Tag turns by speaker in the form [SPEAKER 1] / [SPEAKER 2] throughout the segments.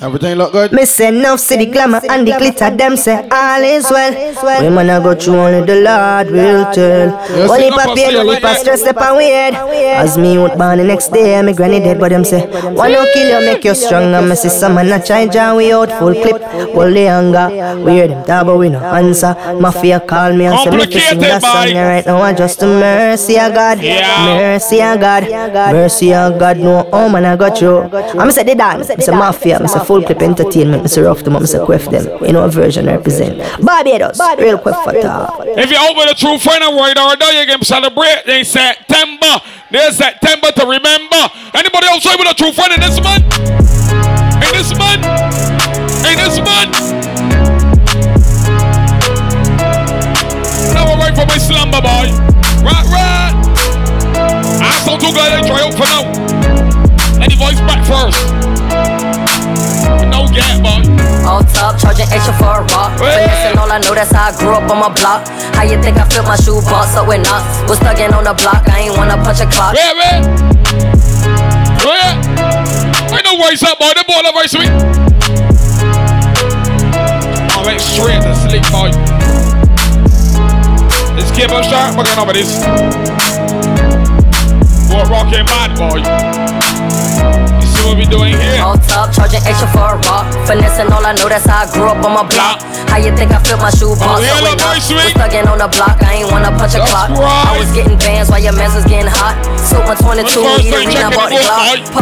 [SPEAKER 1] Everything look good?
[SPEAKER 2] Me say enough see the glamour and the glitter. Them say all is well. When man I go through only the Lord will tell.
[SPEAKER 1] Yes,
[SPEAKER 2] Only
[SPEAKER 1] you know,
[SPEAKER 2] pa pain,
[SPEAKER 1] Pastor,
[SPEAKER 2] only
[SPEAKER 1] like
[SPEAKER 2] pa
[SPEAKER 1] that.
[SPEAKER 2] stress, step and weird. As me out born the next day, me granny dead, but them say wanna kill you, make you strong. And me see some man a try jam we out full clip. Hold the anger, we hear them talk, but we no answer. Mafia call me and say me to sing a
[SPEAKER 3] Complicated,
[SPEAKER 2] song.
[SPEAKER 3] boy.
[SPEAKER 2] And right now I just the mercy of God,
[SPEAKER 3] Yeah.
[SPEAKER 2] mercy of God, mercy of God. No, oh man I got you. I'm say they done. I'm say mafia. I'm say full clip entertainment. I'm say rough them. I'm say quiff them. You know a version represent. Barbados, real quick for talk.
[SPEAKER 3] If you over the true friend of word or day, you can celebrate. They September. There's September to remember. Anybody else with a true friend in this month? In this month? In this month? Now I'm right for my slumber, boy. Right, right. I'm so too glad I try out for now. Let the voice back first. No gap, boy.
[SPEAKER 4] All top, charging extra for a rock. Finessing all I know, that's how I grew up on my block. How you think I filled my shoe box up with knots? Was thugging on the block, I ain't wanna punch a clock.
[SPEAKER 3] Where, where? Where? I know where he's up, boy. The ball over his sweet. I went straight to sleep, boy. This kid was sharp, but over this. Boy, rocking mad, boy. You see what we doing here?
[SPEAKER 4] All top, charging extra for a rock. Finessing all I know, that's how I grew up on my block. How you think I filled my shoe box
[SPEAKER 3] Oh, yeah,
[SPEAKER 4] up
[SPEAKER 3] look,
[SPEAKER 4] with knots?
[SPEAKER 3] boy, sweet.
[SPEAKER 4] Was thugging on the block, I ain't wanna punch a
[SPEAKER 3] That's
[SPEAKER 4] clock.
[SPEAKER 3] right.
[SPEAKER 4] I was getting bands while your mans was getting hot. So on 22,
[SPEAKER 3] First
[SPEAKER 4] we
[SPEAKER 3] thing,
[SPEAKER 4] arena
[SPEAKER 3] check it
[SPEAKER 4] bought the
[SPEAKER 3] out,
[SPEAKER 4] clock.
[SPEAKER 3] boy.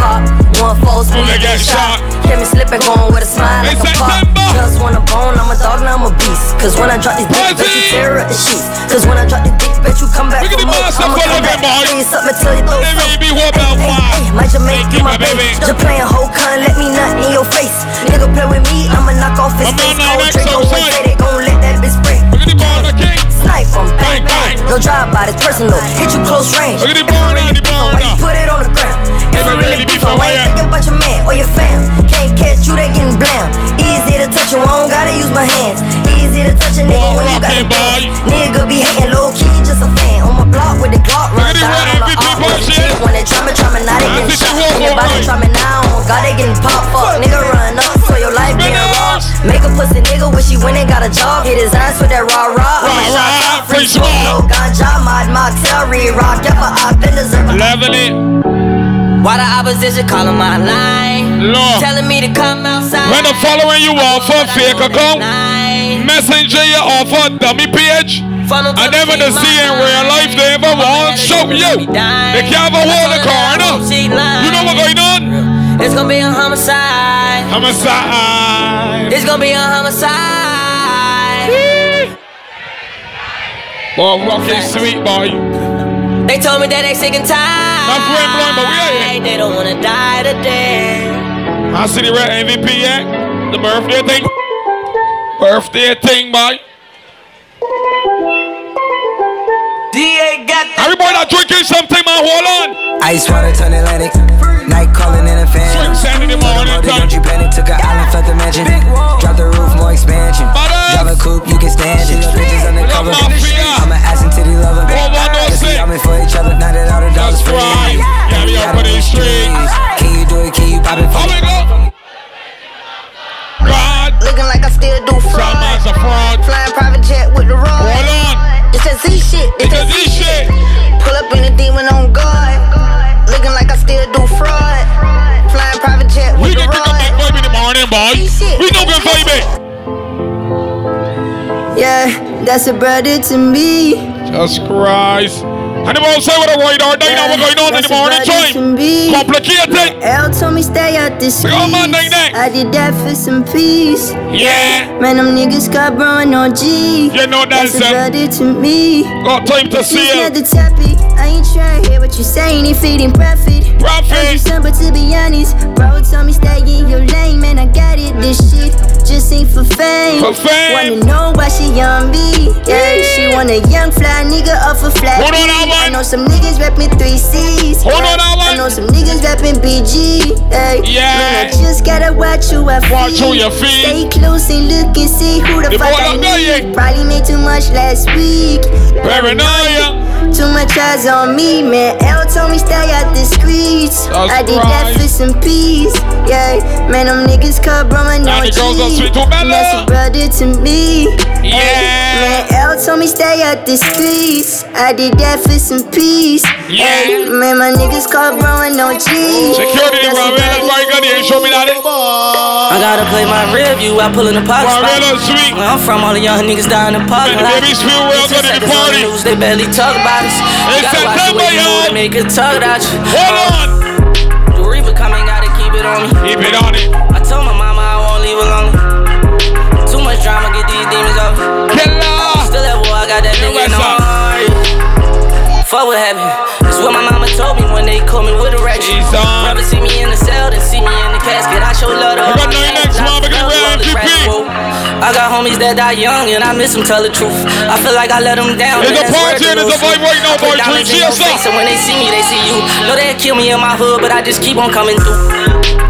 [SPEAKER 4] Pop, one false, we
[SPEAKER 3] Only get
[SPEAKER 4] get shot.
[SPEAKER 3] shot.
[SPEAKER 4] Hear me slipping, going with a smile
[SPEAKER 3] It's
[SPEAKER 4] like a pop.
[SPEAKER 3] September.
[SPEAKER 4] Just just want a bone, I'm a dog, now I'm a beast. Cause when I drop this dick, bet you
[SPEAKER 3] Party!
[SPEAKER 4] tear up the sheets. Cause when I drop this dick, bet you come back
[SPEAKER 3] Look at
[SPEAKER 4] for
[SPEAKER 3] the
[SPEAKER 4] more.
[SPEAKER 3] monster
[SPEAKER 4] I'ma
[SPEAKER 3] for
[SPEAKER 4] come
[SPEAKER 3] looking,
[SPEAKER 4] back,
[SPEAKER 3] boy.
[SPEAKER 4] give you something till you throw
[SPEAKER 3] Let me
[SPEAKER 4] something.
[SPEAKER 3] be what about
[SPEAKER 4] Ay, ay,
[SPEAKER 3] why?
[SPEAKER 4] ay, My Jamaican,
[SPEAKER 3] Thank you, my
[SPEAKER 4] my
[SPEAKER 3] baby.
[SPEAKER 4] baby. Just playing whole con, let me nut in your face. Nigga play with me, I'ma knock off his
[SPEAKER 3] Come
[SPEAKER 4] face.
[SPEAKER 3] on now,
[SPEAKER 4] Cold
[SPEAKER 3] next
[SPEAKER 4] drink,
[SPEAKER 3] outside.
[SPEAKER 4] say they gon' let that bitch spray.
[SPEAKER 3] Look at the ball, the king.
[SPEAKER 4] Snipe from
[SPEAKER 3] Bang,
[SPEAKER 4] bang
[SPEAKER 3] bang.
[SPEAKER 4] bang. No drive by, it's personal. Hit you close range.
[SPEAKER 3] Look at the
[SPEAKER 4] If I
[SPEAKER 3] barn now,
[SPEAKER 4] really
[SPEAKER 3] the
[SPEAKER 4] beef,
[SPEAKER 3] barn
[SPEAKER 4] why you
[SPEAKER 3] now.
[SPEAKER 4] Put it on the ground. If I really beef,
[SPEAKER 3] on
[SPEAKER 4] why you
[SPEAKER 3] where?
[SPEAKER 4] thinking about your man or your fam? Can't catch you, they getting blam. Easy to touch you, I don't gotta use my hands. Easy to touch a nigga
[SPEAKER 3] Ball
[SPEAKER 4] when you got
[SPEAKER 3] rocking,
[SPEAKER 4] the
[SPEAKER 3] boy.
[SPEAKER 4] band. Nigga be hating low key, just a fan. On my block with the Glock
[SPEAKER 3] Look
[SPEAKER 4] run
[SPEAKER 3] at the
[SPEAKER 4] down.
[SPEAKER 3] red
[SPEAKER 4] On the
[SPEAKER 3] MVP
[SPEAKER 4] off, with the
[SPEAKER 3] bullshit.
[SPEAKER 4] chick, when they try me, try me, now they
[SPEAKER 3] I
[SPEAKER 4] getting
[SPEAKER 3] think she
[SPEAKER 4] shot.
[SPEAKER 3] won't
[SPEAKER 4] Nigga
[SPEAKER 3] go
[SPEAKER 4] body
[SPEAKER 3] right.
[SPEAKER 4] try me now, God they getting popped up. Nigga run up, so your life getting robbed.
[SPEAKER 3] Finish.
[SPEAKER 4] Make a pussy nigga wish he went and got a job. Hit his ass with that rah
[SPEAKER 3] Rah,
[SPEAKER 4] rah.
[SPEAKER 3] rah, free smoke.
[SPEAKER 4] No ganja, mod mocktail, re-rock. Yeah, but I've been deserving.
[SPEAKER 3] Level it.
[SPEAKER 5] Why the opposition calling my line?
[SPEAKER 3] Lord.
[SPEAKER 5] Telling me to come outside.
[SPEAKER 3] When the following you are for fake account,
[SPEAKER 5] Nine.
[SPEAKER 3] messenger you are for dummy page.
[SPEAKER 5] Funnel to
[SPEAKER 3] I never
[SPEAKER 5] the
[SPEAKER 3] done see in real life they ever want show you. They can't have a wall the car, no. You know what going on?
[SPEAKER 5] It's gonna be a homicide.
[SPEAKER 3] I'm a side.
[SPEAKER 5] It's gonna be a homicide.
[SPEAKER 3] Boy, rocking sweet boy.
[SPEAKER 5] They told me that they sick and tired.
[SPEAKER 3] My friend blind, but we out here.
[SPEAKER 5] They don't wanna die today.
[SPEAKER 3] I see the red MVP act. The birthday thing. Birthday thing, boy.
[SPEAKER 5] DA got the
[SPEAKER 3] Everybody that drinking something, man, hold on.
[SPEAKER 6] Ice water turn Atlantic. Night calling in a
[SPEAKER 3] Swing
[SPEAKER 6] fan.
[SPEAKER 3] Saturday morning, time.
[SPEAKER 6] Don't you panic? Took an island, left the mansion. Drop the roof, more expansion.
[SPEAKER 3] Butters.
[SPEAKER 6] Drive a coupe, you can stand it. Bitches undercover.
[SPEAKER 3] Love mafia.
[SPEAKER 6] I'm an ass and titty lover.
[SPEAKER 3] Four, one, oh,
[SPEAKER 6] Guess we
[SPEAKER 3] six.
[SPEAKER 6] all in for each other. Now that all the dogs
[SPEAKER 3] That's
[SPEAKER 6] free.
[SPEAKER 3] right. Yeah, we
[SPEAKER 6] Gotta
[SPEAKER 3] up on
[SPEAKER 6] be
[SPEAKER 3] these streets.
[SPEAKER 6] Can you do it? Can you pop it for
[SPEAKER 3] Oh
[SPEAKER 6] me?
[SPEAKER 3] my God. God.
[SPEAKER 7] Looking like I still do
[SPEAKER 3] Some
[SPEAKER 7] fraud.
[SPEAKER 3] man's a fraud.
[SPEAKER 7] Flying private jet with the rod.
[SPEAKER 3] Hold on.
[SPEAKER 7] It's that Z shit.
[SPEAKER 3] It's a Z shit.
[SPEAKER 7] Pull up in a demon on guard. Looking like I still do fraud. Flying private jet
[SPEAKER 3] We
[SPEAKER 7] with
[SPEAKER 3] can
[SPEAKER 7] the
[SPEAKER 3] kick a back
[SPEAKER 7] rod.
[SPEAKER 3] vibe in the morning, boy. We know good vibe. it.
[SPEAKER 2] Yeah, that's about it to me.
[SPEAKER 3] Jesus Christ. Anyone say what a radar day now we're going on in the morning time? Complicated.
[SPEAKER 2] L told me stay out this
[SPEAKER 3] Come on, Nick, Nick.
[SPEAKER 2] I did that for some peace.
[SPEAKER 3] Yeah.
[SPEAKER 2] Man, them niggas got blowing on G.
[SPEAKER 3] You know that,
[SPEAKER 2] That's
[SPEAKER 3] sir.
[SPEAKER 2] about it to me.
[SPEAKER 3] Got time to see
[SPEAKER 2] She's
[SPEAKER 3] it.
[SPEAKER 2] not the topic. I ain't trying to hear what you saying. Ain't feeding profit. Early
[SPEAKER 3] Profit.
[SPEAKER 2] December, to be honest, bro told me stay in your lane, man. I got it. This shit just ain't for fame.
[SPEAKER 3] For fame.
[SPEAKER 2] Wanna know why she on me? Yeah, she want a young fly nigga off a flat.
[SPEAKER 3] Hold on, that
[SPEAKER 2] I
[SPEAKER 3] one.
[SPEAKER 2] know some niggas rapping three C's.
[SPEAKER 3] Hold on, that
[SPEAKER 2] I
[SPEAKER 3] one.
[SPEAKER 2] know some niggas rapping BG. Hey,
[SPEAKER 3] Yeah.
[SPEAKER 2] Man, I just gotta watch who I
[SPEAKER 3] Watch
[SPEAKER 2] feed.
[SPEAKER 3] who you feed.
[SPEAKER 2] Stay close and look and see who the
[SPEAKER 3] You
[SPEAKER 2] fuck
[SPEAKER 3] bought
[SPEAKER 2] I
[SPEAKER 3] a
[SPEAKER 2] need.
[SPEAKER 3] million.
[SPEAKER 2] Probably made too much last week.
[SPEAKER 3] Paranoia.
[SPEAKER 2] Too much eyes on me, man. L told me stay out the streets.
[SPEAKER 3] That's
[SPEAKER 2] I did
[SPEAKER 3] right.
[SPEAKER 2] that for some peace. Yeah, man, them niggas cut, bro, my
[SPEAKER 3] Now
[SPEAKER 2] no
[SPEAKER 3] the girls don't
[SPEAKER 2] G.
[SPEAKER 3] sweet too bad,
[SPEAKER 2] That's
[SPEAKER 3] love.
[SPEAKER 2] a brother to me.
[SPEAKER 3] Yeah.
[SPEAKER 2] Ay, man, L told me stay out the streets. I did that for some peace.
[SPEAKER 3] Yeah.
[SPEAKER 2] Ay, man, my niggas call bro and no G.
[SPEAKER 3] Security,
[SPEAKER 2] That's a
[SPEAKER 3] Ravela,
[SPEAKER 2] brother
[SPEAKER 3] Barrigan, you show me that. eh?
[SPEAKER 8] I gotta play my rear view, I pull in the parking
[SPEAKER 3] Why,
[SPEAKER 8] spot.
[SPEAKER 3] real sweet.
[SPEAKER 8] Where I'm from, all the young niggas die in the parking
[SPEAKER 3] Man, the
[SPEAKER 8] lot.
[SPEAKER 3] babies feel real good at the
[SPEAKER 8] Ten seconds on
[SPEAKER 3] party.
[SPEAKER 8] news, They barely talk about us. You
[SPEAKER 3] It's
[SPEAKER 8] gotta watch the
[SPEAKER 3] September,
[SPEAKER 8] way you
[SPEAKER 3] y'all.
[SPEAKER 8] move to make it tug about you.
[SPEAKER 3] Hold on.
[SPEAKER 8] The reaper coming, gotta keep it on me.
[SPEAKER 3] Keep it on it.
[SPEAKER 8] I told my mama I won't leave alone. Too much drama, get these demons off.
[SPEAKER 3] Killer.
[SPEAKER 8] Still at war, I got that
[SPEAKER 3] Yeah,
[SPEAKER 8] thing in
[SPEAKER 3] what's up?
[SPEAKER 8] on. Fuck what happened. That's what my mama told me when they called me with a ratchet.
[SPEAKER 3] He's on.
[SPEAKER 8] Rather see me in the cell than see me in the casket. I show love to all
[SPEAKER 3] got
[SPEAKER 8] my
[SPEAKER 3] nothing
[SPEAKER 8] fans,
[SPEAKER 3] next,
[SPEAKER 8] and I
[SPEAKER 3] Mom. I got
[SPEAKER 8] love
[SPEAKER 3] red
[SPEAKER 8] all the
[SPEAKER 3] MVP.
[SPEAKER 8] rest, whoa. I got homies that die young and I miss them, tell the truth. I feel like I let them down.
[SPEAKER 3] There's
[SPEAKER 8] and
[SPEAKER 3] a
[SPEAKER 8] that's where
[SPEAKER 3] party
[SPEAKER 8] the
[SPEAKER 3] and there's a
[SPEAKER 8] low
[SPEAKER 3] vibe right now,
[SPEAKER 8] I put
[SPEAKER 3] boy.
[SPEAKER 8] diamonds
[SPEAKER 3] Twitch,
[SPEAKER 8] in your
[SPEAKER 3] yes, sir.
[SPEAKER 8] face, and when they see me, they see you. Know they kill me in my hood, but I just keep on coming through.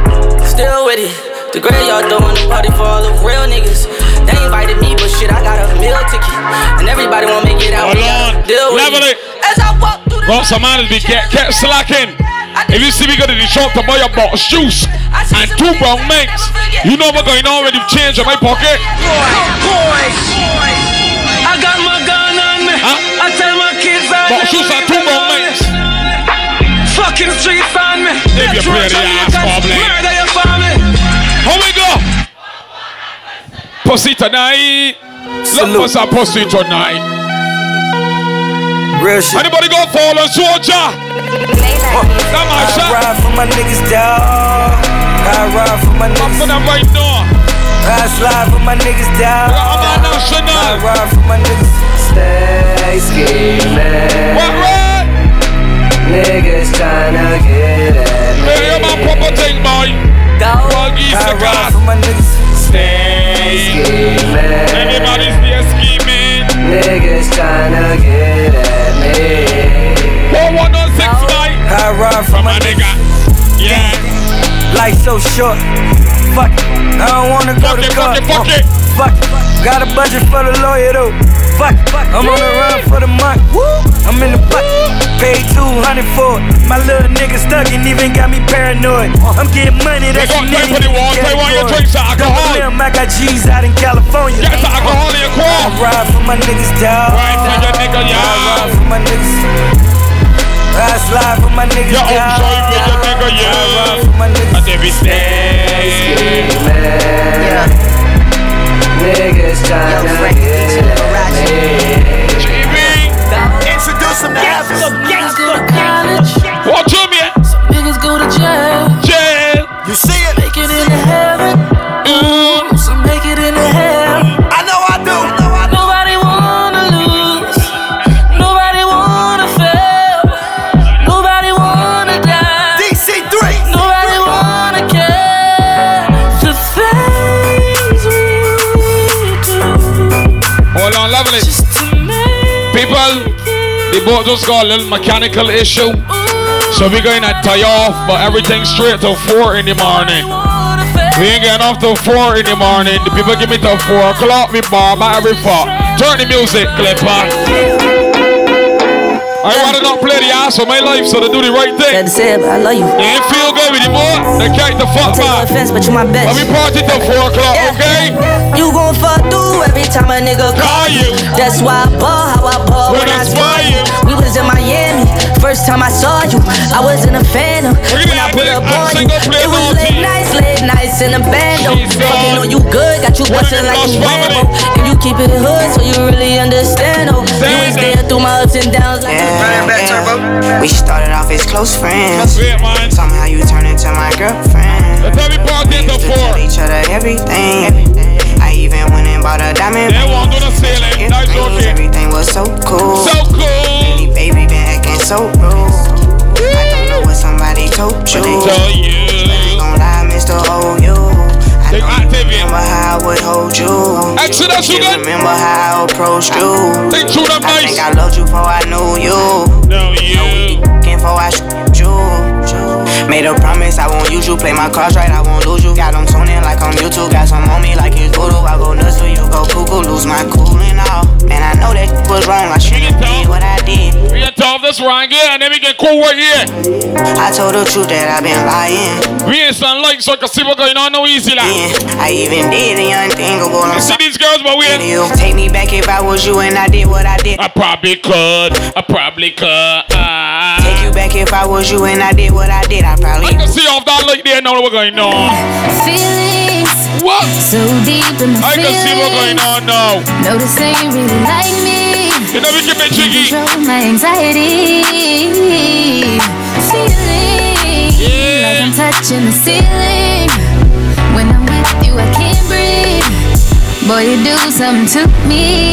[SPEAKER 8] Still with it. The graveyard throwing the party for all the real niggas. They invited me, but shit, I got a meal ticket. And everybody wanna make it out.
[SPEAKER 3] Hold
[SPEAKER 8] We gotta
[SPEAKER 3] on.
[SPEAKER 8] Deal with
[SPEAKER 3] Level it.
[SPEAKER 8] As I walk through the
[SPEAKER 3] Bro, some man be get, get slacking. If you see me going to the shop to buy a box juice and two brown mints, you know what going on with the change in my pocket.
[SPEAKER 6] I got my gun on me. I
[SPEAKER 3] Huh?
[SPEAKER 6] tell my kids I
[SPEAKER 3] Box juice and two brown mints.
[SPEAKER 6] Fucking streets on me.
[SPEAKER 3] If you play the ass, probably.
[SPEAKER 6] Murder your family.
[SPEAKER 3] How we go? Pussy tonight. Look for some pussy tonight.
[SPEAKER 9] Real shit.
[SPEAKER 3] Anybody go follow soldier? That my
[SPEAKER 9] I
[SPEAKER 3] shot.
[SPEAKER 9] ride for my niggas, dawg. I ride for my
[SPEAKER 3] I'm for
[SPEAKER 9] niggas.
[SPEAKER 3] them right now.
[SPEAKER 9] I slide for my niggas, dawg.
[SPEAKER 3] I'm a
[SPEAKER 9] I
[SPEAKER 3] national.
[SPEAKER 9] ride for my niggas. Stay scheming.
[SPEAKER 3] What right?
[SPEAKER 9] Niggas tryna get at me.
[SPEAKER 3] Hey, my proper thing, boy.
[SPEAKER 10] Go.
[SPEAKER 3] Buggy,
[SPEAKER 9] I ride
[SPEAKER 3] cigar.
[SPEAKER 9] for my niggas.
[SPEAKER 3] Stay.
[SPEAKER 9] Scheming.
[SPEAKER 3] Anybody's there scheming.
[SPEAKER 9] Niggas tryna get at me.
[SPEAKER 3] 4106 night.
[SPEAKER 9] I ride for
[SPEAKER 3] From
[SPEAKER 9] my
[SPEAKER 3] my nigga. Yeah.
[SPEAKER 9] Life so short. Fuck it. I don't wanna go
[SPEAKER 3] Fuck
[SPEAKER 9] to
[SPEAKER 3] it,
[SPEAKER 9] court.
[SPEAKER 3] fuck it, fuck
[SPEAKER 9] Uh,
[SPEAKER 3] it.
[SPEAKER 9] Fuck it. Got a budget for the lawyer though. Fuck it. I'm on the run for the month. I'm in the buck. Paid 200 for it. My little nigga stuck and even got me paranoid. I'm getting money
[SPEAKER 3] They
[SPEAKER 9] that's
[SPEAKER 3] got drink for the wall. They want your
[SPEAKER 9] category.
[SPEAKER 3] drinks of alcohol.
[SPEAKER 9] Damn, I got G's out in California.
[SPEAKER 3] Get the alcohol in your
[SPEAKER 9] I
[SPEAKER 3] car.
[SPEAKER 9] ride for my niggas, dawg.
[SPEAKER 3] Right for your nigga,
[SPEAKER 9] I
[SPEAKER 3] yeah.
[SPEAKER 9] ride for my niggas. I slide for my niggas,
[SPEAKER 3] Your
[SPEAKER 9] dawg.
[SPEAKER 3] own joint with your nigga,
[SPEAKER 9] I ride for
[SPEAKER 3] yeah.
[SPEAKER 9] my niggas.
[SPEAKER 3] And they be stay.
[SPEAKER 9] Niggas
[SPEAKER 10] Yo,
[SPEAKER 9] tryna
[SPEAKER 10] Frank,
[SPEAKER 9] get
[SPEAKER 10] DJ Liberace.
[SPEAKER 3] GB.
[SPEAKER 11] Introduce him to Africa.
[SPEAKER 3] Watch him, yeah.
[SPEAKER 12] Niggas go to jail,
[SPEAKER 3] Jail.
[SPEAKER 11] You see it?
[SPEAKER 12] make it into heaven,
[SPEAKER 3] Mm.
[SPEAKER 12] some make it into hell.
[SPEAKER 11] I know I do. Know I do.
[SPEAKER 12] Nobody wanna lose, nobody wanna fail, nobody wanna die,
[SPEAKER 11] DC3.
[SPEAKER 12] nobody wanna care. The things we do
[SPEAKER 3] Hold on, level it.
[SPEAKER 12] just to make
[SPEAKER 3] People, the boat just got a little mechanical issue.
[SPEAKER 12] it.
[SPEAKER 3] So we going to tie off, but everything straight till 4 in the morning.
[SPEAKER 12] Wanna fail.
[SPEAKER 3] We ain't getting off till 4 in the morning. The people give me till 4 o'clock. We bomb at every 4. Turn the music, clipper. I rather not play the ass of my life, so they do the right
[SPEAKER 8] Had
[SPEAKER 3] thing.
[SPEAKER 8] to say it, but I love you.
[SPEAKER 3] They ain't feel good anymore. They can't the fuck
[SPEAKER 8] Take no
[SPEAKER 3] back.
[SPEAKER 8] offense, but you my
[SPEAKER 3] But
[SPEAKER 8] best.
[SPEAKER 3] we party till 4 o'clock,
[SPEAKER 8] Yeah.
[SPEAKER 3] okay?
[SPEAKER 8] You gon' fuck through every time a nigga
[SPEAKER 3] Call
[SPEAKER 8] call
[SPEAKER 3] you.
[SPEAKER 8] you. That's why I ball how I ball
[SPEAKER 3] When
[SPEAKER 8] when,
[SPEAKER 3] I
[SPEAKER 8] I
[SPEAKER 3] saw
[SPEAKER 8] saw you.
[SPEAKER 3] you.
[SPEAKER 8] We was in Miami, first time I saw you. I was in a phantom
[SPEAKER 3] Look at
[SPEAKER 8] when I
[SPEAKER 3] that,
[SPEAKER 8] put
[SPEAKER 3] nigga.
[SPEAKER 8] up
[SPEAKER 3] I'm
[SPEAKER 8] on you.
[SPEAKER 3] single player
[SPEAKER 8] It was
[SPEAKER 3] loyalty.
[SPEAKER 8] late nights, late nights in a bando.
[SPEAKER 3] She's
[SPEAKER 8] Fucking
[SPEAKER 3] gone.
[SPEAKER 8] know you good, got you
[SPEAKER 3] One of
[SPEAKER 8] bustin'
[SPEAKER 3] them
[SPEAKER 8] like
[SPEAKER 3] lost
[SPEAKER 8] you
[SPEAKER 3] family.
[SPEAKER 8] Rambo. And you keep it hood, so you really understand. Oh, you was
[SPEAKER 3] Damn.
[SPEAKER 8] there through my ups and downs like.
[SPEAKER 6] it back,
[SPEAKER 13] Yeah. We started off as close friends.
[SPEAKER 3] Sweet, man.
[SPEAKER 13] Somehow you turned into my girlfriend.
[SPEAKER 3] Let's have it party
[SPEAKER 13] We
[SPEAKER 3] till
[SPEAKER 13] used to tell
[SPEAKER 3] 4.
[SPEAKER 13] each other everything. I even went and bought a diamond
[SPEAKER 3] They
[SPEAKER 13] ring.
[SPEAKER 3] won't do the
[SPEAKER 13] If
[SPEAKER 3] ceiling. That's
[SPEAKER 13] things,
[SPEAKER 3] okay.
[SPEAKER 13] Everything was so cool.
[SPEAKER 3] So cool.
[SPEAKER 13] Lately, baby, been acting so rude. I don't know what somebody told you.
[SPEAKER 3] Tell
[SPEAKER 13] Ain't
[SPEAKER 3] you.
[SPEAKER 13] gon' lie, Mr. OU. I
[SPEAKER 3] They
[SPEAKER 13] don't
[SPEAKER 3] activate.
[SPEAKER 13] remember how I would hold you.
[SPEAKER 3] Exodus, you
[SPEAKER 13] Can't
[SPEAKER 3] good?
[SPEAKER 13] remember how I approached you.
[SPEAKER 3] Think through them
[SPEAKER 13] I think
[SPEAKER 3] nice.
[SPEAKER 13] I loved you before I knew you.
[SPEAKER 3] No, you.
[SPEAKER 13] Looking for I shoot you. Made a promise I won't use you. Play my cards right, I won't lose you. Got them tuning like I'm YouTube. Got some on me like it's voodoo. I go nuts till you go cuckoo. Lose my cool and all. Man, I know that was wrong. I shouldn't did what I did.
[SPEAKER 3] We us wrong here and then we get cool right here.
[SPEAKER 13] I told the truth that I've been lying.
[SPEAKER 3] We ain't sound like so I can see what going on no easy like.
[SPEAKER 13] I even did the unthinkable. I'm
[SPEAKER 3] see these girls, but we
[SPEAKER 13] you. Take me back if I was you and I did what I did.
[SPEAKER 3] I probably could. I probably could. Ah.
[SPEAKER 13] Take you back if I was you and I did what I did. I
[SPEAKER 3] I
[SPEAKER 13] probably.
[SPEAKER 3] can see off that light there and know what's going on.
[SPEAKER 14] Feelings
[SPEAKER 3] What?
[SPEAKER 14] so deep in my
[SPEAKER 3] I can see what's going
[SPEAKER 14] feelings.
[SPEAKER 3] on now.
[SPEAKER 14] Notice that you really like me.
[SPEAKER 3] You know we can be jiggy.
[SPEAKER 14] Control my anxiety. Feeling like I'm touching the ceiling. When I'm with you, I can't breathe. Boy, you do something to me.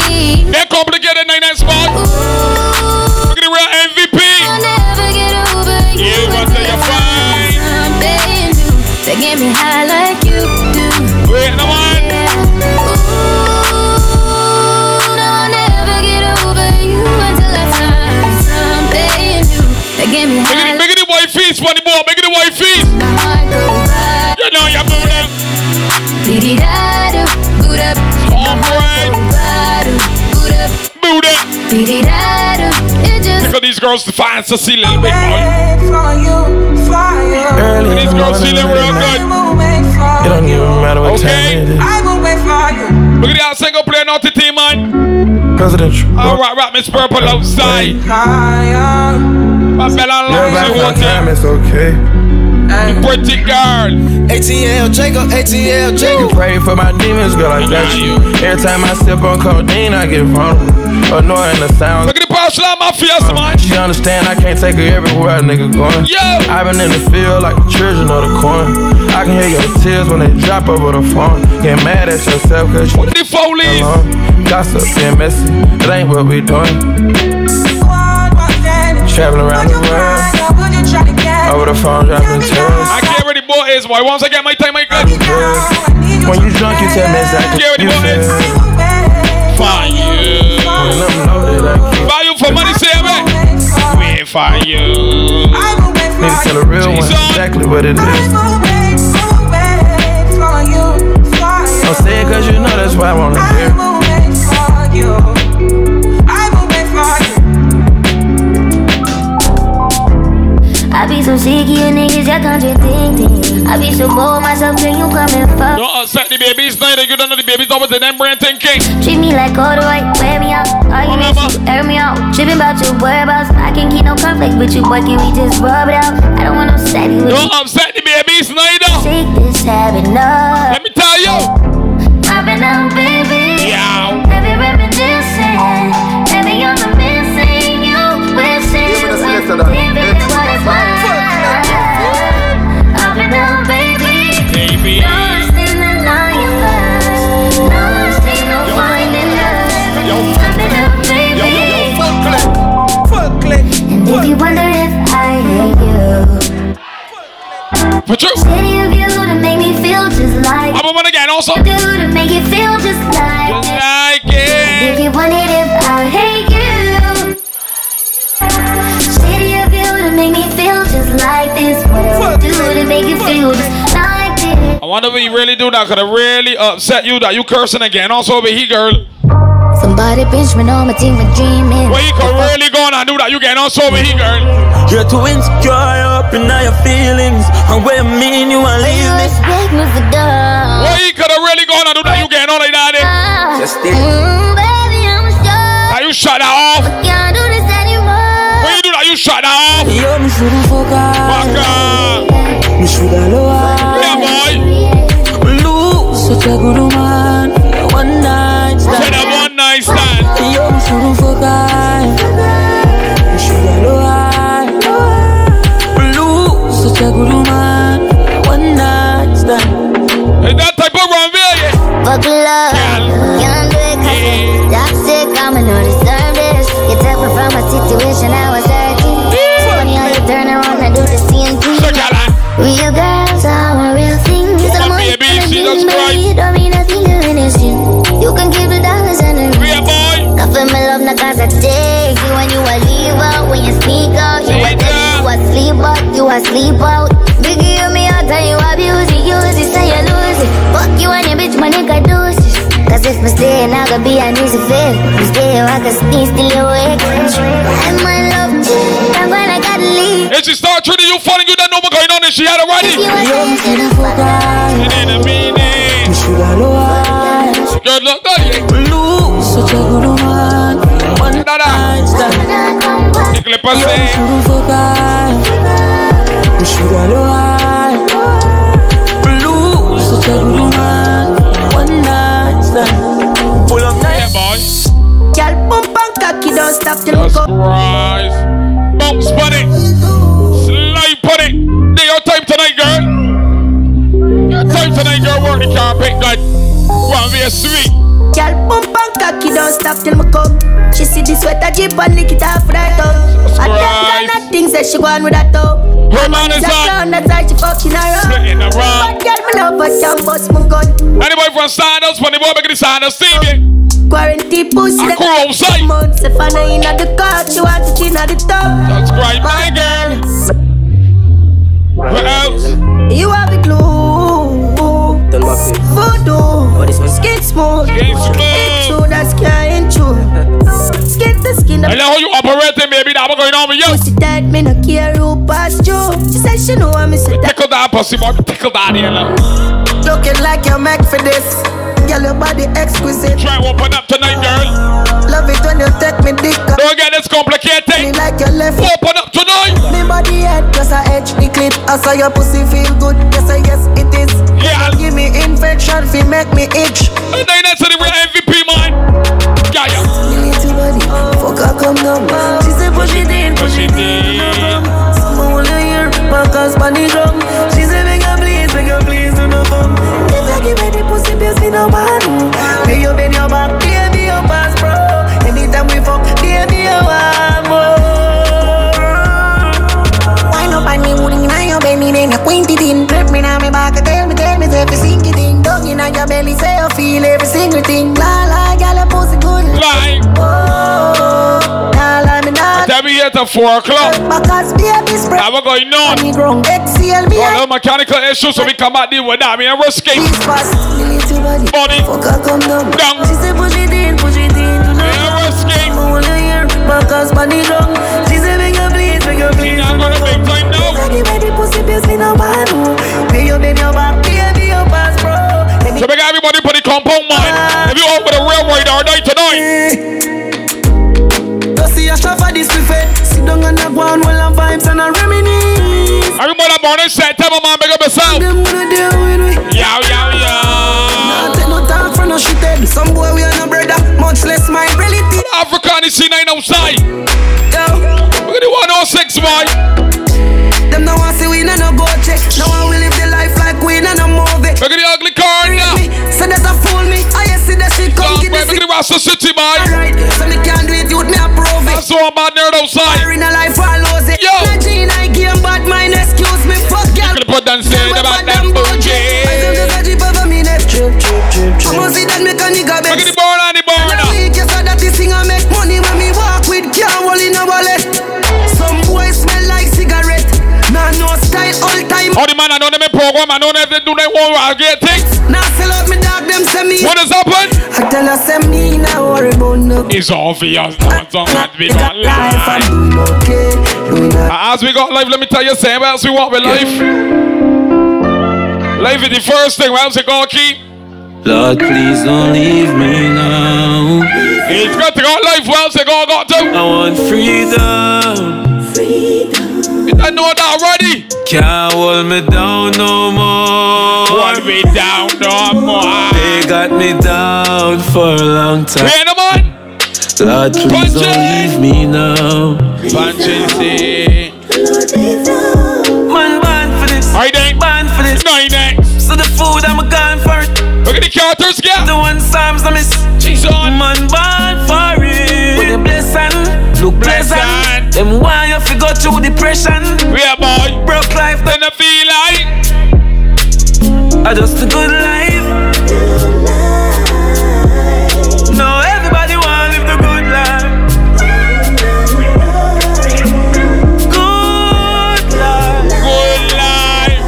[SPEAKER 3] They're complicated night that spot. Look at the real MVP.
[SPEAKER 14] I'll never get over you.
[SPEAKER 3] You want to your fine.
[SPEAKER 14] Something new that get me high like you do.
[SPEAKER 3] Wait, no one.
[SPEAKER 14] Ooh, no, I'll never get over you until I find something new that get me
[SPEAKER 3] Make
[SPEAKER 14] high
[SPEAKER 3] it, make it the white feet, funny boy. Make it the white feet.
[SPEAKER 14] like go by.
[SPEAKER 3] You know you're moving up.
[SPEAKER 14] Dee-dee-da-do, boot up.
[SPEAKER 3] All right.
[SPEAKER 14] Ba-do, boot up.
[SPEAKER 3] Move up.
[SPEAKER 14] Dee-dee-da-do, it just
[SPEAKER 3] Because these girls define to see a little bit more.
[SPEAKER 15] Early in
[SPEAKER 3] These
[SPEAKER 15] the
[SPEAKER 3] girls
[SPEAKER 15] morning,
[SPEAKER 3] feeling real
[SPEAKER 15] it
[SPEAKER 3] good.
[SPEAKER 15] don't even matter what
[SPEAKER 3] Okay.
[SPEAKER 15] time it is.
[SPEAKER 3] Look at that single player, not the team, man.
[SPEAKER 15] Presidential.
[SPEAKER 3] All right, right, Miss Purple outside. My Bella Longs, you
[SPEAKER 15] Everybody on
[SPEAKER 3] want
[SPEAKER 15] time, it's okay.
[SPEAKER 3] it. Pretty girl.
[SPEAKER 15] ATL Jacob, ATL Jacob. Pray for my demons, girl, I got you. Every time I sip on codeine, I get vulnerable. Annoying the sound.
[SPEAKER 3] Look at the Barcelona Mafia, man.
[SPEAKER 15] She understand I can't take her everywhere a nigga going.
[SPEAKER 3] Yo!
[SPEAKER 15] I've been in the field like the children of the corn. I can hear your tears when they drop over the phone. Get mad at yourself cause you
[SPEAKER 3] The Foley.
[SPEAKER 15] alone. Gossip and messy, that ain't what we doing. Traveling around the world, over the phone dropping tears.
[SPEAKER 3] I can't ready boy is why once I get my time I good
[SPEAKER 15] When you drunk, you tell me exactly
[SPEAKER 3] Get
[SPEAKER 15] what
[SPEAKER 3] ready
[SPEAKER 15] you
[SPEAKER 3] boy is
[SPEAKER 15] feel.
[SPEAKER 3] fire
[SPEAKER 15] When I'm loaded, I can't
[SPEAKER 3] Value for money say me We fire
[SPEAKER 15] need to tell a real one
[SPEAKER 3] Jesus.
[SPEAKER 15] exactly what it is. Don't say it cause you know that's why I wanna hear. it.
[SPEAKER 16] I be so sick of you niggas, y'all contradicting. I be so bold myself till you come and fuck.
[SPEAKER 3] Don't upset the babies night you don't know the babies always the damn brand thinking
[SPEAKER 16] Treat me like all the right, wear me out. Arguments, you air me out. Tripping about your whereabouts. I can't keep no conflict with you, boy. Can we just rub it out? I don't want no steady with
[SPEAKER 3] Don't
[SPEAKER 16] you.
[SPEAKER 3] upset the babies neither
[SPEAKER 16] Shake this habit up.
[SPEAKER 3] Let me tell you
[SPEAKER 16] Popping out, baby.
[SPEAKER 3] Yeah
[SPEAKER 16] Heavy reminiscing. Heavy on the missing. You wishing.
[SPEAKER 11] Yeah, but let's listen to that.
[SPEAKER 16] Living it what it was. Up and down, baby.
[SPEAKER 3] Baby
[SPEAKER 16] And if you wonder if I hate you,
[SPEAKER 3] For true
[SPEAKER 16] what do you do to make me feel just like?
[SPEAKER 3] I'm a one again also
[SPEAKER 16] What do you do to make you feel just like? this?
[SPEAKER 3] Like
[SPEAKER 16] If
[SPEAKER 3] it
[SPEAKER 16] you wondered if I hate you, shitty of you to make me feel just like this. What do you do to make you feel just like this?
[SPEAKER 3] I wonder if he really do that Could have really upset you That you cursing again Also over here girl
[SPEAKER 16] Somebody pinch me on my team for dreaming.
[SPEAKER 3] Where you could really go and do that You getting also over here girl
[SPEAKER 8] You're too insecure, up in all your feelings. And where I mean you, I
[SPEAKER 16] You
[SPEAKER 8] leave me.
[SPEAKER 16] respect me for dumb.
[SPEAKER 3] Where you could have really gone and do that You getting on like that eh?
[SPEAKER 8] Just
[SPEAKER 16] Mm,
[SPEAKER 8] it.
[SPEAKER 16] baby, I'm sure.
[SPEAKER 3] Now you shut that off
[SPEAKER 16] Can't do this anymore.
[SPEAKER 3] When you do that, you shut that off.
[SPEAKER 8] Yo, me shoulda focus.
[SPEAKER 3] Fuck up.
[SPEAKER 8] Me shoulda lower.
[SPEAKER 3] Yeah, boy.
[SPEAKER 8] Lose such a good woman. for One night
[SPEAKER 3] Say
[SPEAKER 8] stand.
[SPEAKER 3] that one night stand.
[SPEAKER 8] Yo, me shoulda focus. Me shoulda lower. Lose such a good woman. for One night stand.
[SPEAKER 3] Hey, that type of run, yeah.
[SPEAKER 16] Fuck your love. Can't do it cause it's toxic. I'm an old service. You tell me from my situation, I was hurting. Funny how you turn around and do the CNT.
[SPEAKER 3] Check out that.
[SPEAKER 16] Real girls are a real thing. So the
[SPEAKER 3] on,
[SPEAKER 16] money
[SPEAKER 3] baby,
[SPEAKER 16] gonna
[SPEAKER 3] she
[SPEAKER 16] be
[SPEAKER 3] just
[SPEAKER 16] made. Don't mean nothing to innocent. You can give the dollars and the
[SPEAKER 3] Yeah, boy.
[SPEAKER 16] I feel my love now cause I take you and you a leave out when you sneak out. You a
[SPEAKER 3] Sneak
[SPEAKER 16] tell
[SPEAKER 3] out.
[SPEAKER 16] you a sleep out, you a sleep out. Biggie you me out and you abuse it, use it, say you lose it. Fuck you and your bitch, my nigga deuces. Cause if I stay, I gonna be an easy fit. If I stay, I can sneeze till you wake. And my love,
[SPEAKER 3] she had already. It ain't a meaning. Good luck, go Lose, so you're gonna run. One night stand. ¿Qué le pasa?
[SPEAKER 9] Blue, so take me one, one night stand. Full of night.
[SPEAKER 7] Girl, pump and cocky, don't stop till me go.
[SPEAKER 3] Rise, bounce pon it, slide pon it. Day your time tonight, girl. Your time tonight, girl. Work the carpet, God. Wanna be a sweet.
[SPEAKER 7] Girl, pump and cocky, don't stop till me come. She see the sweater drip and lick it off with her tongue. And that kind of things that she want with her tongue.
[SPEAKER 3] Her man is on.
[SPEAKER 7] That's why she fucking around.
[SPEAKER 3] Splitting around.
[SPEAKER 7] But girl, me love her, can't bust my gun.
[SPEAKER 3] Anybody from Sandals, from the boy making the Sandals team, yeah.
[SPEAKER 7] Quarantine pussy.
[SPEAKER 3] I grew outside.
[SPEAKER 7] Months if I know in the car, she want to chin at the top.
[SPEAKER 3] Subscribe, my girl. What else?
[SPEAKER 7] You have the glue. The lucky. Voodoo. What is Skin smooth. Skin smooth. That's skin true. Skin to skin.
[SPEAKER 3] I know how you operating, baby. That's what going on with you.
[SPEAKER 7] That me no care who passed you. She said she know I'm missing that.
[SPEAKER 3] Tickle that pussy, boy. Tickle that here, now.
[SPEAKER 7] Looking like you're meant for this. Girl, your body exquisite.
[SPEAKER 3] Try open up tonight, girl.
[SPEAKER 7] Love it when you take me dick up.
[SPEAKER 3] Don't get this complicated.
[SPEAKER 7] Like your left.
[SPEAKER 3] Open up tonight.
[SPEAKER 7] Me body head just a edge the clip. I saw your pussy feel good. Yes, I yes it is.
[SPEAKER 3] Yeah.
[SPEAKER 7] Give me infection, fi make me itch.
[SPEAKER 3] And then that's the real MVP, man. Yeah, yeah.
[SPEAKER 7] Me need your body. Fuck, I come down. She said push it in, push it in. Me wanna hear Marcus Spanish drum. She said make her please, make her please do no come. If I give her the pussy, please me no man. May you bend your back, baby, your pass, bro. Anytime we fuck, baby, you want more. Wine up on me, wouldn't I? Your belly, then you quint it in. Flip me now, me back, tell me, tell me, if you sink it in. Dog in your belly, say you feel every single thing. La la, girl, your pussy good.
[SPEAKER 3] Lie.
[SPEAKER 7] Oh, nah, la me not.
[SPEAKER 3] Tell me here till 4 o'clock.
[SPEAKER 7] Because baby spread.
[SPEAKER 3] That's what going on.
[SPEAKER 7] Me grown exhale me.
[SPEAKER 3] Got a little mechanical issue, so we come out deal with that. Me and we're skating. Body. Down.
[SPEAKER 7] She say push it in, push it in.
[SPEAKER 3] Me and we're skating.
[SPEAKER 7] Marcus Spanish drum. She say make her please, make her please.
[SPEAKER 3] I'm gonna make time now.
[SPEAKER 7] Take it ready, pussy pills me no man. Pay your bend your back, baby your pass bro. Ah. Any
[SPEAKER 3] So make everybody put the compound mind. If you open the real radar night
[SPEAKER 7] Mm.
[SPEAKER 3] tonight.
[SPEAKER 6] Just see a shot for this buffet. Sit down on the ground while I'm vibes and I reminisce.
[SPEAKER 3] Everybody that born in September, man, make up yourself.
[SPEAKER 6] Them gonna deal with me.
[SPEAKER 3] Yow, yow, yow.
[SPEAKER 6] Not take no talk for no shit eh. head. Some boy we are no brother, much less my relative.
[SPEAKER 3] Africa and the C9 outside.
[SPEAKER 6] Yo,
[SPEAKER 3] Look at the 106, boy.
[SPEAKER 6] them no want see we no no go check. No one will live the life like we no no movie.
[SPEAKER 3] Look at the ugly car now.
[SPEAKER 6] So that a fool me. I see that shit come
[SPEAKER 3] Dog,
[SPEAKER 6] give
[SPEAKER 3] boy,
[SPEAKER 6] me
[SPEAKER 3] Look at the Rasta City, boy.
[SPEAKER 6] right. So me can't do it, youth me approve it.
[SPEAKER 3] That's all about nerd outside.
[SPEAKER 6] In a life I lose it.
[SPEAKER 3] Yo.
[SPEAKER 6] Imagine I game bad mind, excuse me, fuck girl.
[SPEAKER 3] Look at the put dancing about them
[SPEAKER 6] I'm
[SPEAKER 3] bougie.
[SPEAKER 6] just a jeep over me neck. Chip, chip, chip, chip. I'm see that make a nigga
[SPEAKER 3] Look at
[SPEAKER 6] best.
[SPEAKER 3] the burn and the burn.
[SPEAKER 6] Weak, yes, I that this thing I make money when me walk with can't hold in a wallet. Some boys smell like cigarette. Nah, no style all time.
[SPEAKER 3] All the man I know them in program, I know them they do their own I get things.
[SPEAKER 6] Nah, sell out me dog, them send me.
[SPEAKER 3] What is happening?
[SPEAKER 6] I tell us them me now worry about no.
[SPEAKER 3] It's obvious. That's all that we got
[SPEAKER 6] Life I'm
[SPEAKER 3] life.
[SPEAKER 6] doing okay. Doing a
[SPEAKER 3] As we got life, let me tell you something. What else we want with life? Life is the first thing. What else it gonna keep?
[SPEAKER 17] Lord, please don't leave me now.
[SPEAKER 3] It's got to go life. What else it gonna got to?
[SPEAKER 17] I want freedom.
[SPEAKER 3] I know that already.
[SPEAKER 17] Can't hold me down no more.
[SPEAKER 3] Hold me down no more.
[SPEAKER 17] They got me down for a long time.
[SPEAKER 3] Hey, no man.
[SPEAKER 17] Lord, please
[SPEAKER 3] Punch it.
[SPEAKER 17] don't leave me now.
[SPEAKER 3] Punching
[SPEAKER 6] Man, born for this.
[SPEAKER 3] Alright then.
[SPEAKER 6] Born for this.
[SPEAKER 3] Nine X.
[SPEAKER 6] So the food I'm a gone for it.
[SPEAKER 3] Look at the characters, yeah.
[SPEAKER 6] The one times I miss.
[SPEAKER 3] She's on.
[SPEAKER 6] Man, born for it. With a blessing, look
[SPEAKER 3] Blessing.
[SPEAKER 6] pleasant. Them why you fi go through depression.
[SPEAKER 3] Yeah, boy.
[SPEAKER 6] Broke life,
[SPEAKER 3] Then I feel like
[SPEAKER 6] I just a good life. No, everybody want live the good life. Good life.
[SPEAKER 3] good life.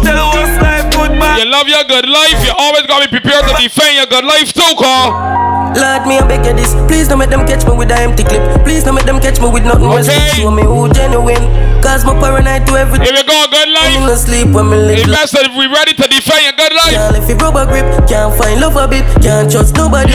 [SPEAKER 6] Tell the worst life goodbye.
[SPEAKER 3] You love your good life. You always gotta be prepared to defend your good life too, Carl.
[SPEAKER 7] Lord, me, I beg you this. Please don't make them catch me with a empty clip. Please don't make them catch me with nothing okay. else. Show me who genuine. Cause my paranoid to everything.
[SPEAKER 3] Here we go, good life.
[SPEAKER 7] I'm sleep when me live.
[SPEAKER 3] Invest if we ready to defend your good life.
[SPEAKER 7] Girl, if you rubber grip, can't find love a bit. Can't trust nobody.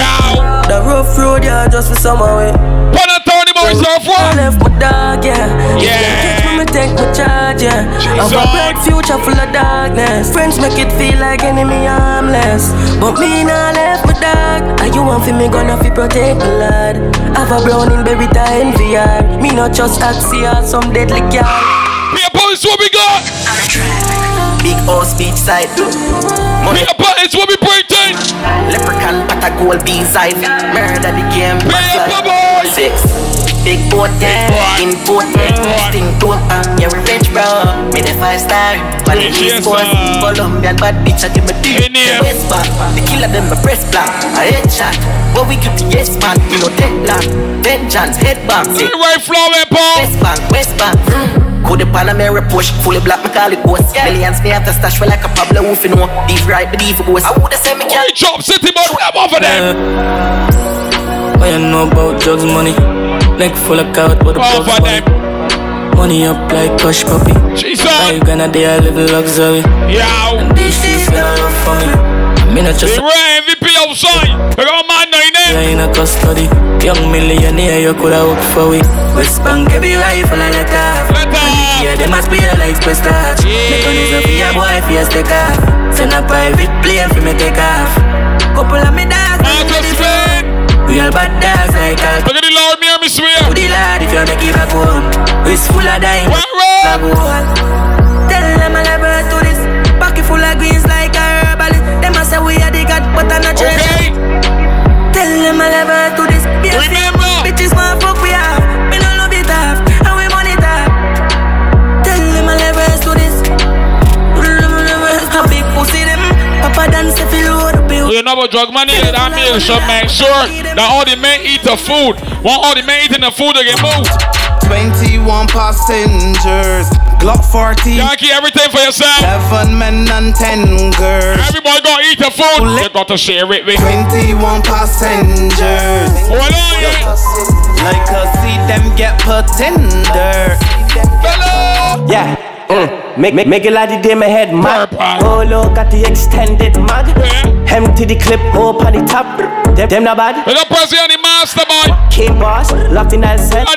[SPEAKER 7] The rough road, yeah, just for some way.
[SPEAKER 3] Put a Tony Morris off
[SPEAKER 7] I left my dog, yeah. Yeah. Me take my charge, yeah. I've a bright future full of darkness. Friends make it feel like enemy harmless. But me nah left my dog. Are you one for me gonna fi protect the lad? Have a brown in Berita NVR. Me not just taxi or some deadly car.
[SPEAKER 3] Be a police what we got.
[SPEAKER 7] Big old speech side.
[SPEAKER 3] Be a police what we bring in.
[SPEAKER 7] Leprechaun, but a gold beans side. Murder the game.
[SPEAKER 3] Be a boy.
[SPEAKER 7] Six. Big boat, yeah. Import, yeah. Sting to uh, yeah, we rich, bro. Made a five star. But the East Coast, Colombian bad bitch, I give a deep. The West Bank, the killer, them a press black. A headshot. What we give the yes man, you know, dead black. Vengeance, head bang.
[SPEAKER 3] Say, right flow, man, Paul.
[SPEAKER 7] West Bank, West Bank. Mm. Could the Panamera push, fully black, me call it ghost. Yeah. Millions me have to stash for like a Pablo Wolf, you know. Deep right, believe it ghost. I woulda said me can't.
[SPEAKER 3] We drop City, but we have over them.
[SPEAKER 7] What you know about drugs, money? Uh, Neck full of gout, what about
[SPEAKER 3] Over them.
[SPEAKER 7] money up like Kush puppy?
[SPEAKER 3] Jesus.
[SPEAKER 7] Now you gonna die living luxury?
[SPEAKER 3] Yeah.
[SPEAKER 7] And these things gonna look for me. I mean, I just
[SPEAKER 3] They were MVP outside. They got man nine
[SPEAKER 7] you
[SPEAKER 3] in.
[SPEAKER 7] in a custody. Young millionaire, you coulda worked for we. West Bank, every rifle I let off. Yeah, they must be a like stars. Mechanism for your boy, for your stick off. Send a private plane for me take off. Couple of me dogs,
[SPEAKER 3] I'm just saying.
[SPEAKER 7] real bad dogs like all
[SPEAKER 3] Look at the Lord, me and me swear.
[SPEAKER 7] To the lad if you make it back home It's full of dime Bag wall. Tell them I'll never do this Pocket full of greens like a herbalist Them a say we are the god but I'm not church
[SPEAKER 3] Okay.
[SPEAKER 7] Tell them I'll never do this Be a
[SPEAKER 3] Remember.
[SPEAKER 7] Bitches want fuck we have Me no love it half And we want it half Tell them I'll never do this Happy pussy them Papa dance if you load up you
[SPEAKER 3] You know about drug money, that means you should make sure that all the men eat the food. Want all the men eating the food, they get moved.
[SPEAKER 2] 21 passengers, Glock 40,
[SPEAKER 3] Yankee, everything for yourself.
[SPEAKER 2] 7 men and 10 girls.
[SPEAKER 3] Everybody gonna eat the food. You got to share it with me.
[SPEAKER 2] 21 passengers.
[SPEAKER 3] Hold on, yeah.
[SPEAKER 2] Like I see them get pretender.
[SPEAKER 9] Yeah. Mm. Make, make, make it like the day my head mad. Oh look at the extended mag. Empty the clip, open the top. Them, them not bad.
[SPEAKER 3] Look up, Prezi, on the master, boy.
[SPEAKER 9] King boss, locked in that sense.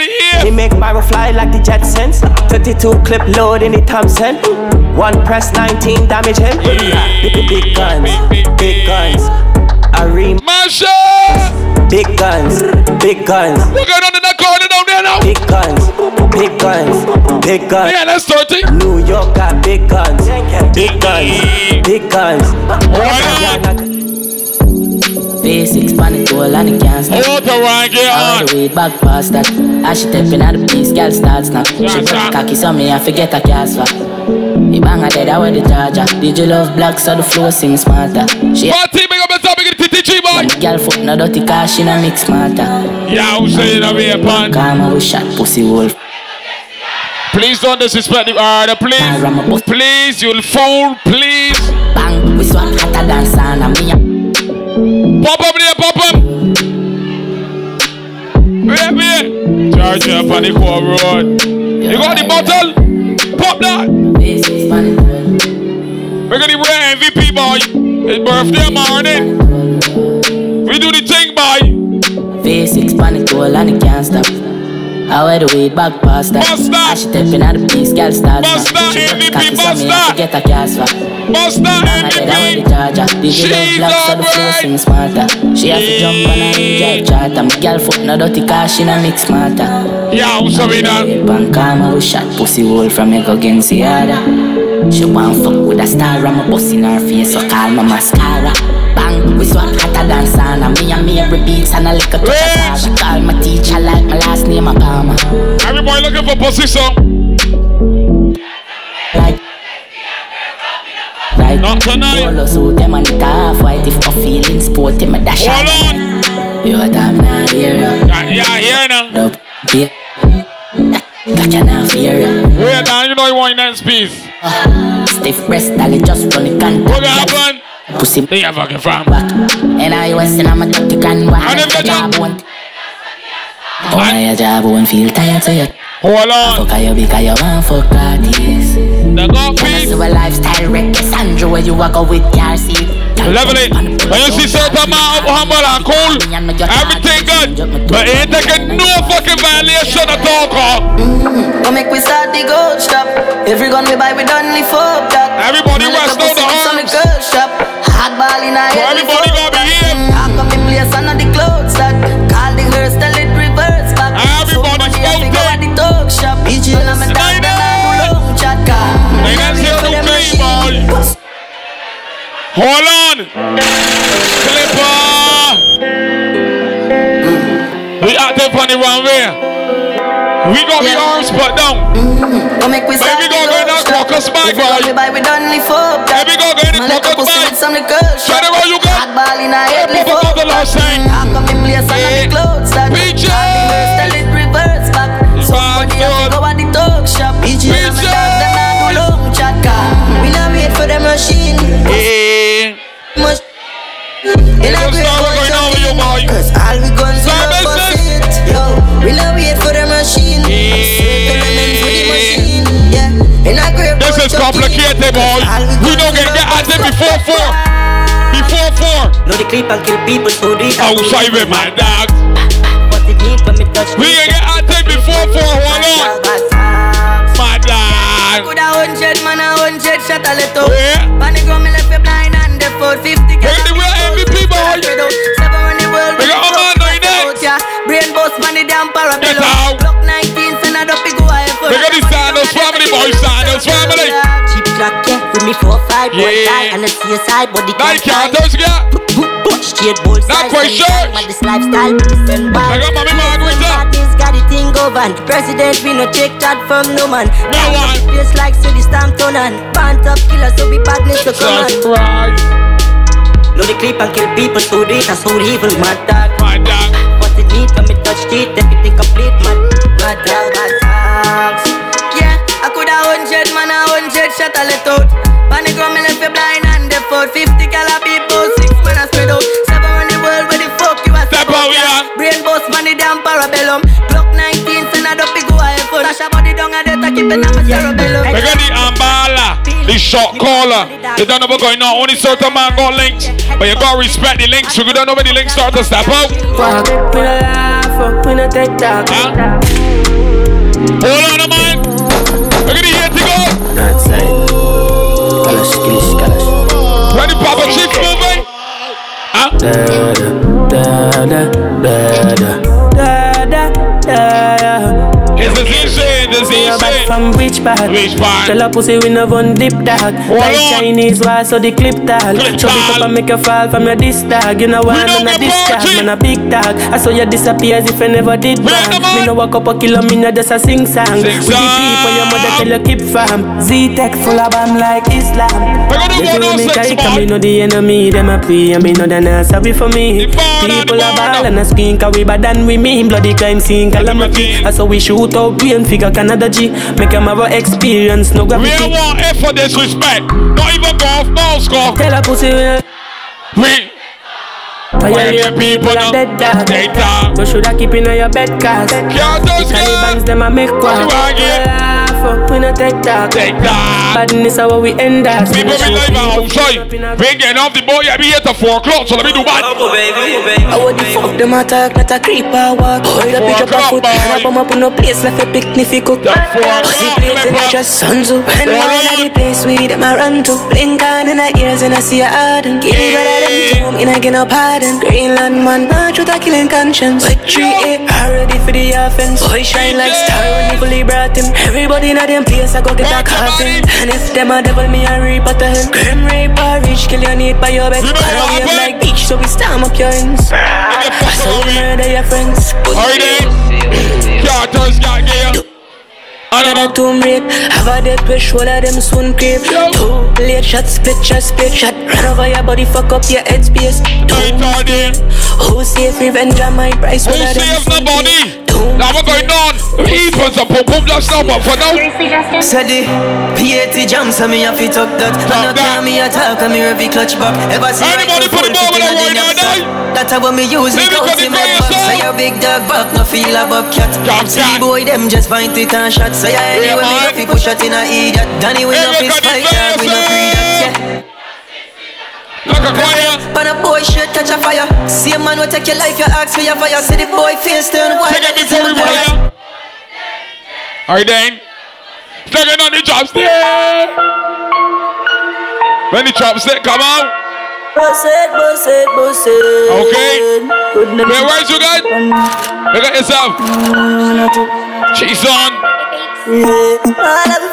[SPEAKER 9] He make Myra fly like the Jetsons. 32 clip load in the Thompson. One press, 19 damage him. Big, big, big guns, big guns. I rem- Big guns, big guns.
[SPEAKER 3] We're going under that corner down there now.
[SPEAKER 9] Big guns, big guns, big guns.
[SPEAKER 3] Yeah, that's 30.
[SPEAKER 9] New York got big guns, big guns, big guns.
[SPEAKER 18] Basics, pan it all and it can't stop.
[SPEAKER 3] Hold the right, get
[SPEAKER 18] All the way back past that. As she stepping out the place, girl starts now. She broke cocky, so me I forget I can't swap. The banger dead, I wear the charger. Did you love black, so the flow sing smarter. She
[SPEAKER 3] Party, make up a topic, get the TTG, boy.
[SPEAKER 18] girl foot no dirty car, she no mix smarter.
[SPEAKER 3] Yeah, I'm saying that we a pan.
[SPEAKER 18] Come on, we shot pussy wolf.
[SPEAKER 3] Please don't disrespect the order, please. Please, you'll fool, please.
[SPEAKER 18] Bang, we swap hotter than sauna. Me a
[SPEAKER 3] Pop up there, pop up. Wait, wait. Charge up on the core road. You got the bottle? Pop that. We're gonna wear MVP, boy. It's birthday morning. We do the thing, boy.
[SPEAKER 18] Basics, pan it all and it can't stop. I wear the way back past that.
[SPEAKER 3] Bust that.
[SPEAKER 18] As she stepping out the piece, girl starts
[SPEAKER 3] Bust that, MVP, bust that.
[SPEAKER 18] Get a gas swap.
[SPEAKER 3] Bust that,
[SPEAKER 18] I dead, I wear the charger. DJ
[SPEAKER 3] She's
[SPEAKER 18] love black, so the flow
[SPEAKER 3] alright.
[SPEAKER 18] sing smarter. She has to jump on her drive charter. My girl foot no dirty car, she no mix smarter.
[SPEAKER 3] Yeah, I'm sorry, that.
[SPEAKER 18] Bank karma, we shot pussy hole from Ego Gensiada. She want fuck with a star, I'm a bust in her face, so call my mascara. Bang, we swap hotter than sauna. Me and me repeats and a little touch of Sara. Call my teacher like my last name, Obama.
[SPEAKER 3] Everybody looking for pussy song.
[SPEAKER 18] Right, not tonight. Polo suit, them and it half white. If my feeling sporty, my dash
[SPEAKER 3] Hold
[SPEAKER 18] out.
[SPEAKER 3] on.
[SPEAKER 18] You a damn nah hear ya.
[SPEAKER 3] Yeah, yeah, here now.
[SPEAKER 18] No, yeah. Got ya nah fear ya.
[SPEAKER 3] Wait, now you know you want your next piece.
[SPEAKER 18] Stiff breast, Uh, dolly, just run it can.
[SPEAKER 3] What gonna happen?
[SPEAKER 18] Pussy.
[SPEAKER 3] They have a farm.
[SPEAKER 18] And I was in a dirty can. Why your job won't? Why your job won't feel tired? So you.
[SPEAKER 3] Hold on.
[SPEAKER 18] Fuck you because you want fuck artists.
[SPEAKER 3] The go
[SPEAKER 18] piece. a lifestyle wreck. Sandra, where you walk go with your seat.
[SPEAKER 3] Level it. When you see certain man up humble and cool, everything good. But he ain't taking no fucking violation at all, call.
[SPEAKER 7] Come make we start the gold shop. Every gun we buy, we done lift up that.
[SPEAKER 3] Everybody
[SPEAKER 7] rest down the arms. On the gold shop. Hardball in a head. Everybody
[SPEAKER 3] gonna be here.
[SPEAKER 7] How come in place and not the clothes that? Call the hearse, tell it reverse back. Everybody's out there. Go at the talk shop. Bitches. Now me call them and do long chat. They
[SPEAKER 3] not here to play ball. Hold on. Clipper. We acting funny wrong way. We got the arms put down.
[SPEAKER 19] Mm-hmm.
[SPEAKER 7] Come make we start the
[SPEAKER 3] Baby, go
[SPEAKER 7] gold
[SPEAKER 3] get that
[SPEAKER 7] shop.
[SPEAKER 3] focus back,
[SPEAKER 7] Every gun
[SPEAKER 3] boy.
[SPEAKER 7] we buy, we done lift up that.
[SPEAKER 3] Baby, go get it
[SPEAKER 7] Man, let
[SPEAKER 3] focus
[SPEAKER 7] couple
[SPEAKER 3] back.
[SPEAKER 7] sits on the girl shot.
[SPEAKER 3] Shut it where you go.
[SPEAKER 7] Hardball in a head.
[SPEAKER 3] Pick up the last thing.
[SPEAKER 7] How come in place and not the clothes that?
[SPEAKER 3] Peaches.
[SPEAKER 7] Tell it reverse back. Somebody have to go at the talk shop. Bitches. Them not do long chat car. We not wait for the machine.
[SPEAKER 3] Eh.
[SPEAKER 7] Must.
[SPEAKER 3] They just know what's going on with you, boy.
[SPEAKER 7] Cause all we guns we
[SPEAKER 3] Sorry,
[SPEAKER 7] not bust it. Yo, we not wait for the machine. Tell them it's with the machine. Yeah. In a great
[SPEAKER 3] This
[SPEAKER 7] bunch
[SPEAKER 3] is
[SPEAKER 7] of
[SPEAKER 3] complicated, boy. We don't get that at them before four. Before four.
[SPEAKER 19] No, the clip and kill people so they
[SPEAKER 3] Outside with my dog. We can get at them before four. Hold on. My dog.
[SPEAKER 7] Coulda hundred man a hundred shot a little.
[SPEAKER 3] Yeah.
[SPEAKER 7] On the ground me left you blind and the 450
[SPEAKER 3] Hey, the real MVP boy.
[SPEAKER 7] Seven on the world.
[SPEAKER 3] We got a man doing that.
[SPEAKER 7] Brain boss man the damn
[SPEAKER 3] Get
[SPEAKER 7] parabellum.
[SPEAKER 3] out.
[SPEAKER 7] Block 19 send a dopey go high for.
[SPEAKER 3] We got the Sandals family, boy. Sandals family.
[SPEAKER 19] Cheap clock, yeah, with me four five, boy
[SPEAKER 3] Yeah.
[SPEAKER 19] die, and the CSI body
[SPEAKER 3] Nike,
[SPEAKER 19] can't
[SPEAKER 3] don't you get?
[SPEAKER 19] Straight bull
[SPEAKER 3] Not quite sure.
[SPEAKER 19] But this lifestyle we send by.
[SPEAKER 3] I got my mama going up.
[SPEAKER 19] This got the thing over. The president we no take that from no man.
[SPEAKER 3] No one.
[SPEAKER 19] Face like so the stamp turn on. Pant up killer so we badness to come on.
[SPEAKER 3] Jesus Christ.
[SPEAKER 19] No the clip and kill people so they that's so evil. My dog.
[SPEAKER 3] My dog.
[SPEAKER 19] What it need when me touch teeth everything complete. My my dog. My dog.
[SPEAKER 7] Yeah, I coulda hundred man a hundred shot a let out. On the ground me left you blind and the 450 gal a beat both six man a spread out. Seven on the world where the fuck you a
[SPEAKER 3] Step out, yeah.
[SPEAKER 7] Brain boss man the damn parabellum. Block 19 send a dopey go high for. Sasha body down and they keep it on my cerebellum.
[SPEAKER 3] They got the ambala, the shot caller. They don't know what's going on. Only certain man got links. But you gotta respect the links. You don't know when the links start to step out.
[SPEAKER 12] Fuck, we no laugh, fuck, we no take talk.
[SPEAKER 3] Hold on a man. Look at the year to go. Ready, Papa Chief eh? Ah. moving? Huh? It's the same shit, the same
[SPEAKER 20] back
[SPEAKER 3] shit.
[SPEAKER 20] from which part?
[SPEAKER 3] Which part?
[SPEAKER 20] Tell a pussy we no one dip dog. Like
[SPEAKER 3] on.
[SPEAKER 20] Chinese war, so the clip tag.
[SPEAKER 3] Clip
[SPEAKER 20] Chop it
[SPEAKER 3] tag.
[SPEAKER 20] up and make you fall from your disc tag. You know why I'm a disc tag, man a big tag. I saw you disappear as if I never did that. Me no walk up a kilo, me no just a sing song.
[SPEAKER 3] Sing
[SPEAKER 20] With the
[SPEAKER 3] song.
[SPEAKER 20] people your mother tell you keep from. Z-Tech full of bomb like Islam.
[SPEAKER 3] do
[SPEAKER 20] They
[SPEAKER 3] one
[SPEAKER 20] do
[SPEAKER 3] oh
[SPEAKER 20] me
[SPEAKER 3] six,
[SPEAKER 20] kike,
[SPEAKER 3] man.
[SPEAKER 20] me know the enemy, them a pray, and me know they not sorry for me. People a ball and a skin, cause we bad and we mean. Bloody crime scene, calamity. I saw we shoot out brain figure Canada G. Make 'em have a experience, no
[SPEAKER 3] We
[SPEAKER 20] gravity.
[SPEAKER 3] don't want F for disrespect. Not even golf balls, go.
[SPEAKER 20] Tell a pussy we
[SPEAKER 3] We.
[SPEAKER 20] Violate people are dead dog. So should I keep in your bed cause The Taliban's them a make quack.
[SPEAKER 3] you want, yeah?
[SPEAKER 20] We laugh up, we no take talk. Badness is how we end up.
[SPEAKER 3] People be "Oh, live and outside. We ain't getting off the boat yet. We here till 4 o'clock, so let me do bad.
[SPEAKER 19] I would the fuck them attack, not a creeper walk. Hold up, pick up a foot, grab 'em up in a place, left a picnic fi cook. Pussy place and I just sons up. And
[SPEAKER 12] Hold
[SPEAKER 19] one of the place we them I run to. Blink on in her ears and I see her harden. Give me one of them tomb and I get no pardon. Greenland man, not truth a killing conscience. But 3A already for the offense. Boy shine like star when he fully brought him. Everybody in a them place I go get a coffin. And if them a devil me a reaper to him. Grim reaper reach kill your need by your bed. Party up like beach so we storm up your ends. So we murder your friends.
[SPEAKER 3] Alright then. Characters got gay.
[SPEAKER 19] Another tomb rape, have a death wish, all of them soon crave. Too late shot, split shot, split shot. Run over your body, fuck up your headspace. Too
[SPEAKER 3] retarded.
[SPEAKER 19] Who save revenge on my price? Who saves nobody? Too
[SPEAKER 3] Now we're going down. Eat was a boom boom just now, but for now.
[SPEAKER 8] Said the P80 jam, so me have to talk that. And I can't me attack, and me every clutch back. Ever see Anybody for the ball with a wine or die? That's how me use it, out in my box. Say a big dog back, no feel a bobcat. See boy, them just find it and shot. Say I anyway, me have to push it in a idiot. Danny, we not fist fight, dog, we not breed that. yeah. But a boy shit catch a fire. See a man will take your life, your axe for your fire. See the boy face turn white. Take it before we
[SPEAKER 3] Are you there? Second on the chopstick. When the chopstick come out.
[SPEAKER 12] Bust it, bust it, bust it.
[SPEAKER 3] Okay. Where where's you guys? Look at yourself. She's
[SPEAKER 12] All
[SPEAKER 3] on.
[SPEAKER 12] of me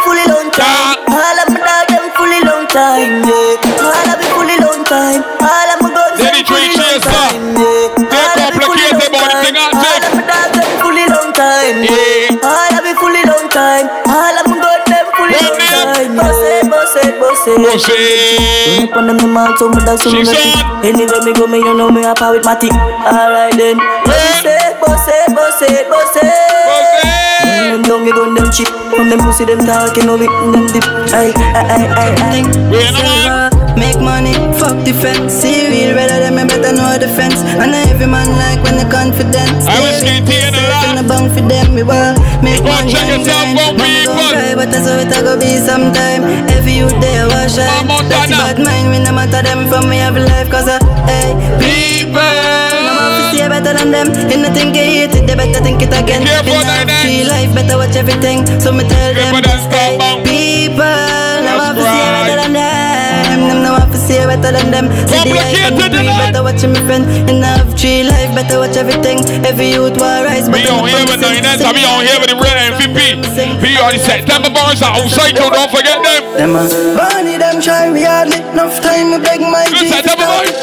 [SPEAKER 12] fully long time. All of me dog them fully long time. Yeah. All of me fully long time. All of me guns them fully long time. Yeah. All of me fully long time. All of me dog them fully long time. Yeah. All of me fully long time. All of me guns them fully long time. Bust it, bust it, bust it.
[SPEAKER 3] Bust it.
[SPEAKER 12] Up on them mouth, so me dog so me ready. Anywhere me go, me you know me a power with my team. Alright then. Bust it, bust it, bust it, bust it. Them down, you gun them cheap. From them pussy, them dark, you know me, them deep. Aye, aye, aye, aye, aye.
[SPEAKER 21] Silver, Make money, fuck defense. See real rather than me better know defense. And I every man like when the confidence. I was getting a lot. And a bang for them, we want make money and grind. Mama don't cry, but that's how it a go be sometime. Every youth day I wash out. That's bad mind, we no matter them from me have life. Cause I, hey, people. I'm off to see better than them. In the think you hate it, they better think it again. Careful, Free life, better watch everything. So me tell them, hey, people. I'm off to see better than them. Them no off to see better than them. See the life and the dream, better watch me friend. Enough tree life, better watch everything. Every youth war rise,
[SPEAKER 3] We
[SPEAKER 21] better
[SPEAKER 3] on here with 99, so we on here with the real MVP. We already set September bars are outside, so don't forget them.
[SPEAKER 12] Money them try, we hardly enough time. We beg my G to stop.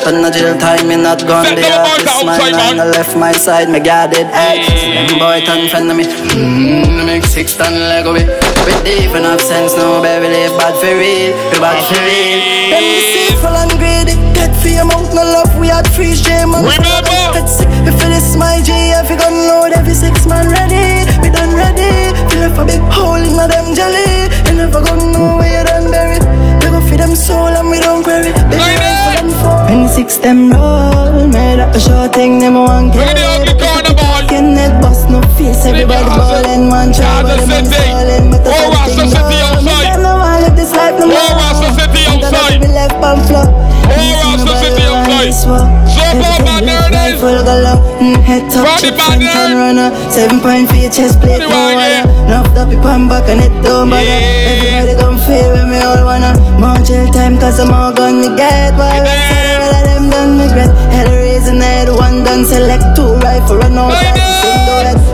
[SPEAKER 21] But no jail time, me not gone
[SPEAKER 12] Set
[SPEAKER 21] the
[SPEAKER 12] them
[SPEAKER 21] office
[SPEAKER 12] outside,
[SPEAKER 21] man, and I left my side, me guarded edge Them boy turn friend of me, mmm, make six ton Lego with With deep enough sense, no baby, live bad for real, we bad
[SPEAKER 7] Uh-huh.
[SPEAKER 21] for real
[SPEAKER 12] Them deceitful and greedy, dead for your mouth, no love. We had free shame and Remember, if it is my G, if you gun load, every six man ready, we done ready. Fill up a big hole in my damn jelly, and if I gun no way, you done buried. We go for them soul and we don't query. Big for them four.
[SPEAKER 21] When the six them roll, made up a short thing, them one get it Fucking net boss, no face, everybody ballin' Man try, but them man fallin' But the bad thing roll, me them no want live this life no more And the body be left on floor All Rasta City outside So far back there it is Head top, chip and turn runner Seven point for your chest plate, no wanna Knocked up your pan back and it don't bother Everybody gon' feel when me all wanna More jail time cause I'm all gonna get Why all of them done regret Hell raising head, one done select Two rifle run out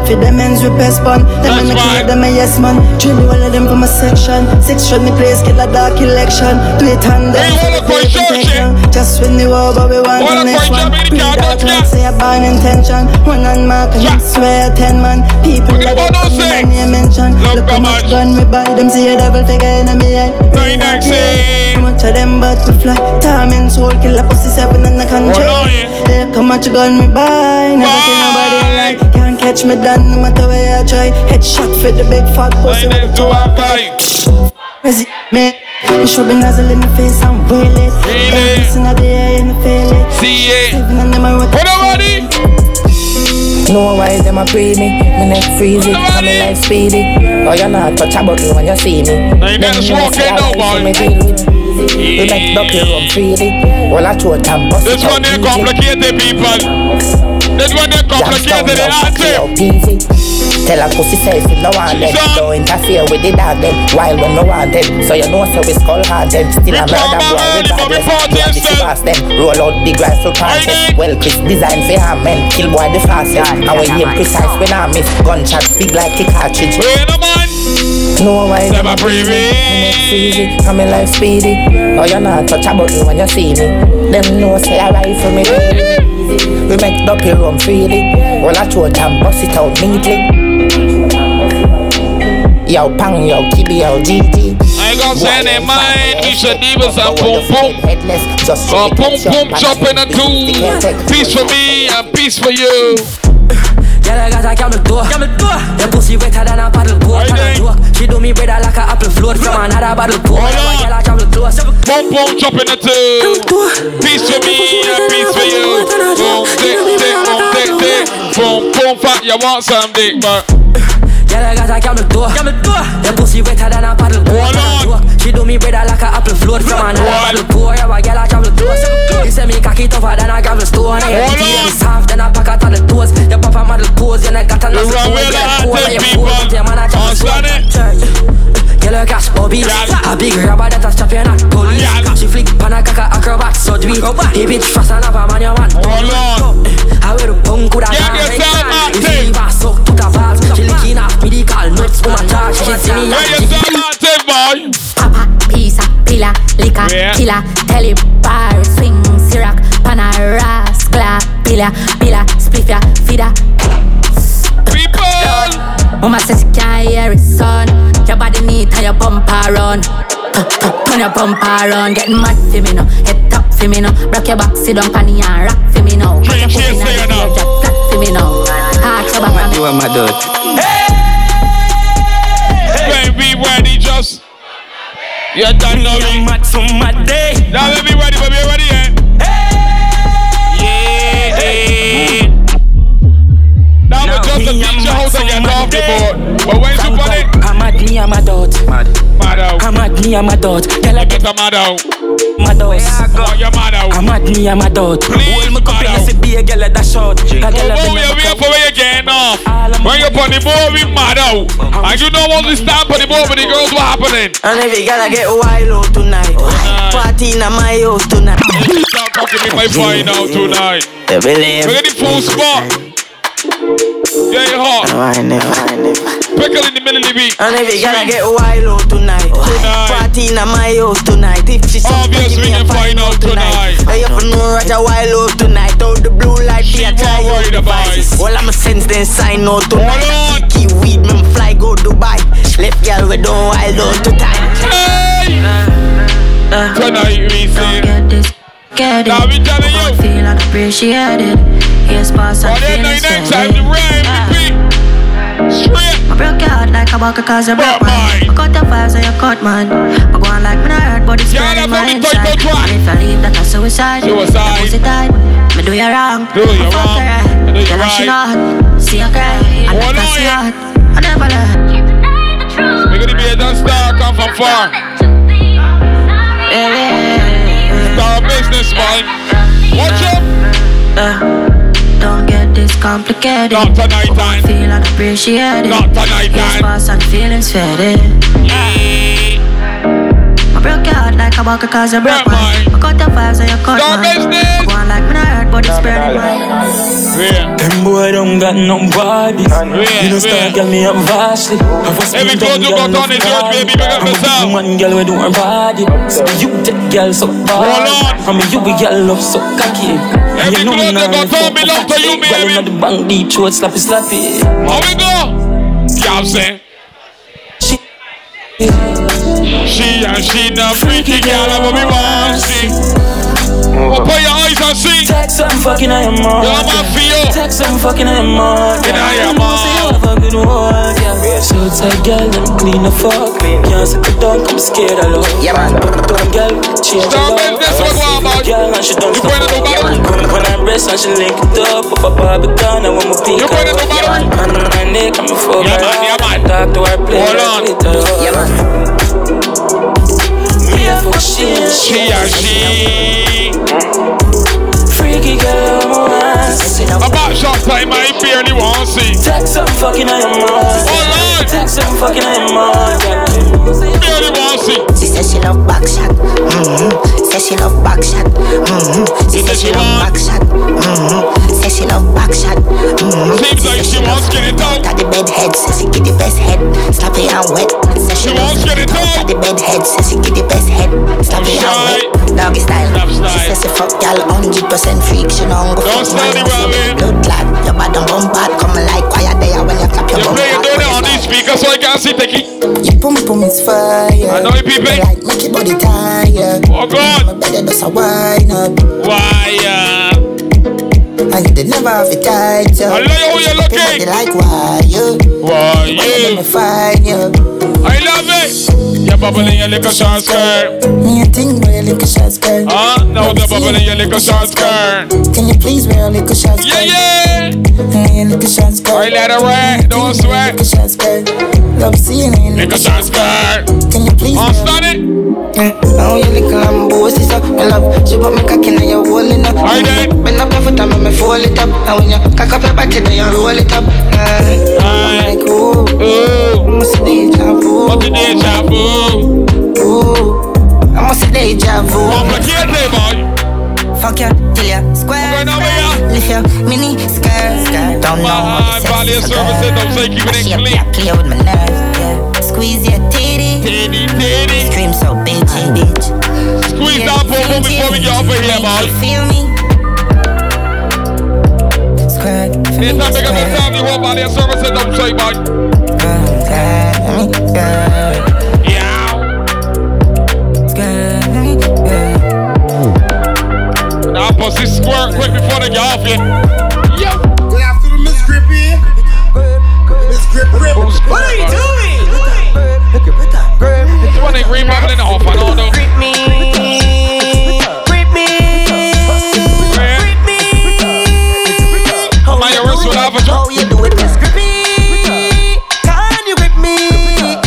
[SPEAKER 21] for the men's repair spawn Them in the club, them a yes man Truly all of them from a section Six shot me place, kill a dark election Do it hand them Just when the war, but we want the next one Three dark nights, say a bad intention One on mark, and I swear ten man People like that, me by name mention Look how much gun we buy Them see a devil figure in me head Nine Too much of them but to fly Time and soul, kill a pussy seven in the country Look how much gun we buy Never kill nobody like Can't catch me done, no matter where I try Headshot for the big fat pussy with the two I Crazy man, you should be nuzzle in the face and feel it. Feel it. Listen at the air and feel it.
[SPEAKER 3] See it.
[SPEAKER 21] Put
[SPEAKER 3] on ready.
[SPEAKER 22] No why them a pre me, my neck freezy, and my life speedy. Oh, you're not touch about me when you see me.
[SPEAKER 3] Now you better smoke it now, boy.
[SPEAKER 22] We make duck your room freely. Well, I throw it and bust
[SPEAKER 3] This one they complicated, people. This one they complicated, they are too.
[SPEAKER 22] peasy. Tell a pussy self if no want them. Don't interfere with the dog them. While when no want them. So you know so we skull hard them. Still a murder boy regardless. You have to pass them. Roll out the grass to conscious. Well Chris design for ham men. Kill boy the fastest. And when him precise when I miss. Gunshot big like a cartridge. No why
[SPEAKER 3] them a pre me.
[SPEAKER 22] Freezy, and my life speedy. Oh, you're not touch about me when you see me. Them know say I ride for me. We make duck your room freely. Roll a throat and bust it out neatly. Yo, pang, yo, kibby, yo, GG.
[SPEAKER 3] I ain't gonna say they mind. We should leave us a boom boom. Uh, A boom boom jumping a two. Peace for me and peace for you.
[SPEAKER 23] Yeah, I got a camel door. Camel door. The pussy wetter than a paddle boat. Than a joke. She do me better like a apple float from another bottle port. Yeah, I camel door.
[SPEAKER 3] Boom, boom, jump in the tub. Peace for me, and peace for you. Boom, dick, dick, boom, dick, dick. Boom, boom, fat, you want some dick, but.
[SPEAKER 23] Yeah, I got a camel door. Camel door. The pussy wetter than a paddle boat. Than a joke. She do me better like a apple float from another bottle port. Yeah, I got a camel door. He said me cocky tougher than a gravel stone. I
[SPEAKER 3] Hold
[SPEAKER 23] got a soft than a packet of the toes. The papa model pose, and I got a
[SPEAKER 3] You run with the active people. Understand it?
[SPEAKER 23] Yellow cash or beat A big rubber that a strap you not police She flick pan a caca acrobat So do it The bitch fast enough a man you want Hold on I wear a punk with a
[SPEAKER 3] Get
[SPEAKER 23] gun
[SPEAKER 3] yourself
[SPEAKER 23] If she leave her suck to the balls She licking off me the call Nuts on my charge She see me
[SPEAKER 3] Get yourself active, boy.
[SPEAKER 14] Pizza, pila, liquor,
[SPEAKER 3] Yeah.
[SPEAKER 14] killer, telly, bar, swing, syrup, panara, skla, pila, pila, spliffia, fida. People! Mama says she can't hear it, son. Your body need how your bumper run. Uh, uh, Turn your bumper on, get mad for me now. Head top for me now. Rock your back, sit down, panty and rock for me now. Put your pussy in the air, get flat for me now. Heart your back,
[SPEAKER 24] You are my dog.
[SPEAKER 3] Baby, ready, just. You done know me. Mad for my day. Now let me ready, baby, you ready, eh? Yeah, eh. Now we just a teacher how to get off the board. But when you put it,
[SPEAKER 23] I'm at me, I'm a dot Mad I'm at me, I'm a dot Tell her
[SPEAKER 3] get a mad out
[SPEAKER 23] Mad out
[SPEAKER 3] You're mad out
[SPEAKER 23] I'm at me, I'm a dot Hold me cup and I say be a girl at that short A girl
[SPEAKER 3] Oh,
[SPEAKER 23] at
[SPEAKER 3] we
[SPEAKER 23] me
[SPEAKER 3] are here for where you getting off. When you're on the board, we mad out. And you know what we stand on the board with the girls, what happening? Oh,
[SPEAKER 7] And every girl I get wild out tonight. Party in my house tonight.
[SPEAKER 3] Stop talking if I find out tonight.
[SPEAKER 7] You believe?
[SPEAKER 3] Look at the full spot. Yeah, you hot. Pickle in the middle of the week.
[SPEAKER 7] And every girl I get wild out tonight. Party in my house tonight. If she
[SPEAKER 3] Obvious we can find out tonight.
[SPEAKER 7] I have no Roger wild out tonight. Out the blue light, she a try out devices. All I'ma sense then sign out tonight. Key weed, man, fly go Dubai. Left girl we don't wild out tonight.
[SPEAKER 3] Hey!
[SPEAKER 6] Uh,
[SPEAKER 3] Tonight we see.
[SPEAKER 6] Get it. Now we telling you. I feel like appreciated. Yes, boss, I feel it. Next time the rhyme repeat. I broke your heart like a walker cause I broke mine. I cut the vibes on your cut, man. I go on like me not hurt, but it's yeah, burning my inside. And if I leave, that's a suicide. Suicide. Pussy died. Me do you wrong. Do you wrong. Right. Do you Tell her she not. See her cry. I never see her. I never left.
[SPEAKER 3] We're gonna be a dance star, come from far. Star business, man. Watch out.
[SPEAKER 6] Don't get this complicated. Not tonight, time. Feel unappreciated. Not tonight, time. Thoughts and feelings faded. I broke your heart like a walker cause I broke mine. I cut the vibes and you cut mine. I go on like me not hurt, but it's burning mine.
[SPEAKER 9] Them boy don't got no body. You know, start girl me up vastly. Every girl you got on is yours, baby. Big up yourself. One girl we do her body. So you take girl so bad. I mean, you be girl love so cocky. And you know me now. Every girl belong to you, baby. Girl in the bank, deep throat, slappy, slappy.
[SPEAKER 3] How we go? See what I'm saying? She and she the freaky girl, that's what we want. See. Open your eyes and see.
[SPEAKER 9] Text I'm fucking I am on.
[SPEAKER 3] You're my feel.
[SPEAKER 9] Text I'm fucking I am on.
[SPEAKER 3] Get out your
[SPEAKER 9] mom. Have a good one. "Oh, Yeah. So it's a girl, them clean the fuck. Can't sit it down, I'm scared of love. Yeah, man. Don't girl, change the love. That's what I'm about. Girl, and she don't you point at the bottom. When, when I rest, and she link it up. Up a barbie gun, I want my peak. You point at the bottom. Man, man, my neck, I'm a fuck. Yeah, man, yeah, man. Talk to her, play. Hold on. Yeah, man. Me, I fuck she and she. She and she. Freaky girl, I'm a
[SPEAKER 3] About shot time, I ain't barely want to see.
[SPEAKER 9] Text I'm fucking I am on.
[SPEAKER 3] Oh Lord.
[SPEAKER 9] Text I'm fucking I am on.
[SPEAKER 3] Barely want to see.
[SPEAKER 7] She says she love back shot. Mm-hmm. Says she love back shot. Mm-hmm. She says she love back shot. Mm-hmm. Says she love back shot. Mm-hmm.
[SPEAKER 3] Seems like she wants get it out.
[SPEAKER 7] Got the bed head. Says she get the best head. Sloppy and wet. Says she wants get it out. Got the bed head. Says she get the best head. Sloppy and wet. Doggy style. She says she fuck y'all 100% freak. She don't go Don't stay anywhere, Blood clot. Your bottom bump out. Come like quiet there when you clap your bum
[SPEAKER 3] Play it down there on these speakers so I can see Tiki.
[SPEAKER 7] Your pum pum is fire. I know you people. Like make your body tired.
[SPEAKER 3] Oh God.
[SPEAKER 7] My body does a wine up.
[SPEAKER 3] Why, uh,
[SPEAKER 12] And you did never have it tight, yo.
[SPEAKER 3] I love you, who you looking?
[SPEAKER 12] Everybody like why you?
[SPEAKER 3] Why
[SPEAKER 12] you? me find you?
[SPEAKER 3] I love it. You're bubbling your liquor shots, girl.
[SPEAKER 12] Me a thing where liquor shots, girl.
[SPEAKER 3] Ah, now they're bubbling your liquor shots, girl.
[SPEAKER 12] Can you please wear liquor shots, girl?
[SPEAKER 3] Yeah,
[SPEAKER 12] yeah. Liquor shots, girl.
[SPEAKER 3] I let her wet. Don't sweat.
[SPEAKER 12] Liquor shots, girl. Love seeing it.
[SPEAKER 3] Liquor shots, girl.
[SPEAKER 12] Can you please?
[SPEAKER 3] On start it.
[SPEAKER 12] Now you little lambo, sister. Me love. She put me cock in your hole in up.
[SPEAKER 3] I did.
[SPEAKER 12] Bend up your foot and me fold it up. And when you cock up your body, then you roll it up. Aye. I'm like, ooh. Ooh. I'm a deja vu.
[SPEAKER 3] What the deja vu?
[SPEAKER 12] Ooh. I'm a deja vu.
[SPEAKER 3] Complicated, boy.
[SPEAKER 6] Fuck ya, kill ya, square, square. Lift your mini skirt, skirt. Don't know
[SPEAKER 3] what to say, so good. I
[SPEAKER 6] she a black player with my nerves, yeah. Squeeze your titty,
[SPEAKER 3] titty, titty.
[SPEAKER 6] Scream so bitchy, bitch.
[SPEAKER 3] Squeeze that pole before we get off of here, boy.
[SPEAKER 6] Feel me? Squirt,
[SPEAKER 3] This time, because this time you want body of service and don't say, boy. Yeah. Now pussy squirt quick before they get off here.
[SPEAKER 11] Good afternoon, Miss Grippy. Miss Grip Grip. What are you doing?
[SPEAKER 3] This one ain't green popping in the off. I don't know.
[SPEAKER 6] How
[SPEAKER 3] my wrist will have a drop.
[SPEAKER 6] you do it, Miss Grippy? Can you grip me?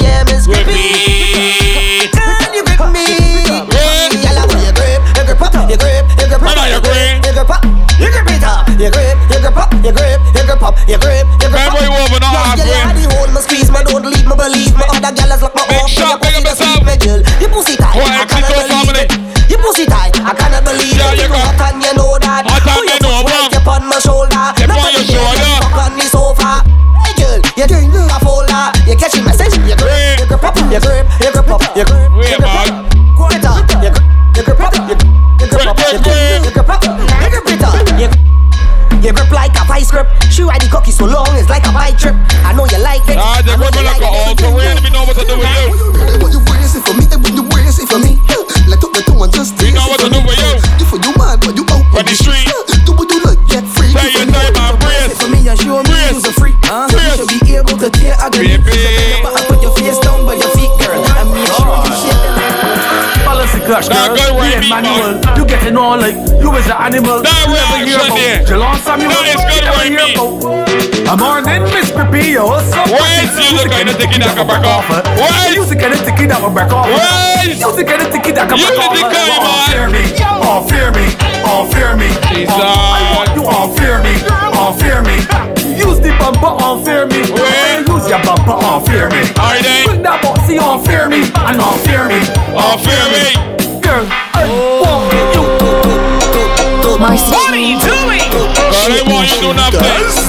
[SPEAKER 6] Yeah, Miss Grippy. Can you grip me? Girl, I want you grip, you grip up, you grip, you grip up, you grip, you grip up, you grip it up, you grip, you grip up, you grip, you grip up, you grip, you grip up.
[SPEAKER 3] Every woman on
[SPEAKER 6] Yeah, yeah, I
[SPEAKER 3] halfway.
[SPEAKER 6] be hold my squeeze, my don't leave, my believe, my other gal is like my off. Your pussy the sweet, my girl. Your pussy tight,
[SPEAKER 3] Go
[SPEAKER 6] I
[SPEAKER 3] ahead, keep
[SPEAKER 6] cannot
[SPEAKER 3] going,
[SPEAKER 6] believe it. Your pussy tight, I cannot believe
[SPEAKER 3] Yeah,
[SPEAKER 6] it. You
[SPEAKER 3] you got-
[SPEAKER 6] hot and you know that.
[SPEAKER 3] Hot and
[SPEAKER 6] Who
[SPEAKER 3] you
[SPEAKER 6] you
[SPEAKER 3] know
[SPEAKER 6] fuck
[SPEAKER 3] that.
[SPEAKER 6] right upon my shoulder.
[SPEAKER 3] Step
[SPEAKER 6] Not
[SPEAKER 3] on your
[SPEAKER 6] that you
[SPEAKER 3] shoulder.
[SPEAKER 6] just fuck on the sofa. Hey girl, you drink a folder. You catch the message, you grip, you grip up, you grip, you grip up, you grip, you grip up. Go it up, you grip, you grip up, you grip, you grip up, you grip, you grip up, you grip it up, you grip. You grip like a vice grip. She ride the cocky so long, it's like a bike trip. I know you like it.
[SPEAKER 3] Ah,
[SPEAKER 6] I
[SPEAKER 3] the
[SPEAKER 6] know you
[SPEAKER 3] women like
[SPEAKER 6] like
[SPEAKER 3] an
[SPEAKER 6] it.
[SPEAKER 3] all career. Let me know what to do with you.
[SPEAKER 6] What you wear is it for me? What you wear is it for me? Let up the tongue and just
[SPEAKER 3] We know what to do with you.
[SPEAKER 6] You for you man, but you out
[SPEAKER 3] On the street.
[SPEAKER 6] Do what you look, get free.
[SPEAKER 3] Say your name, my brace.
[SPEAKER 6] For me, I show me
[SPEAKER 3] Brace.
[SPEAKER 6] you's a freak. Huh? You should be able to tear ugly.
[SPEAKER 3] Baby.
[SPEAKER 6] But I put your face down by your feet, girl. I make sure you shake.
[SPEAKER 10] Balance the clutch,
[SPEAKER 3] Oh, Nah,
[SPEAKER 10] girl.
[SPEAKER 3] go right,
[SPEAKER 10] Be
[SPEAKER 3] big
[SPEAKER 10] manual. You getting on like you is an animal.
[SPEAKER 3] That
[SPEAKER 10] you
[SPEAKER 3] right, right there.
[SPEAKER 10] Jalon Samuel.
[SPEAKER 3] That is good
[SPEAKER 10] never
[SPEAKER 3] right
[SPEAKER 10] hear
[SPEAKER 3] there.
[SPEAKER 10] about. I'm on in Miss Pippi, you're so
[SPEAKER 3] Why is you looking at the kid that can back off? Why is
[SPEAKER 10] You to get a ticket that will break off.
[SPEAKER 3] Why?
[SPEAKER 10] You to get a ticket that can
[SPEAKER 3] You
[SPEAKER 10] break off.
[SPEAKER 3] the guy,
[SPEAKER 10] Oh,
[SPEAKER 3] man.
[SPEAKER 10] fear me. Oh, fear me. Oh, fear me.
[SPEAKER 3] Jesus.
[SPEAKER 10] Oh, I want you. Oh, fear me. Oh, fear me. Use the bumper. Oh, fear me.
[SPEAKER 3] Wait.
[SPEAKER 10] Use your bumper. Oh, fear me.
[SPEAKER 3] All right, then.
[SPEAKER 10] Bring that bossy. Oh, fear me. And oh, fear me.
[SPEAKER 3] Oh, fear me.
[SPEAKER 10] Girl, eh, I want you.
[SPEAKER 6] Marcy.
[SPEAKER 10] What are you doing?
[SPEAKER 3] Girl, they want you do nothing.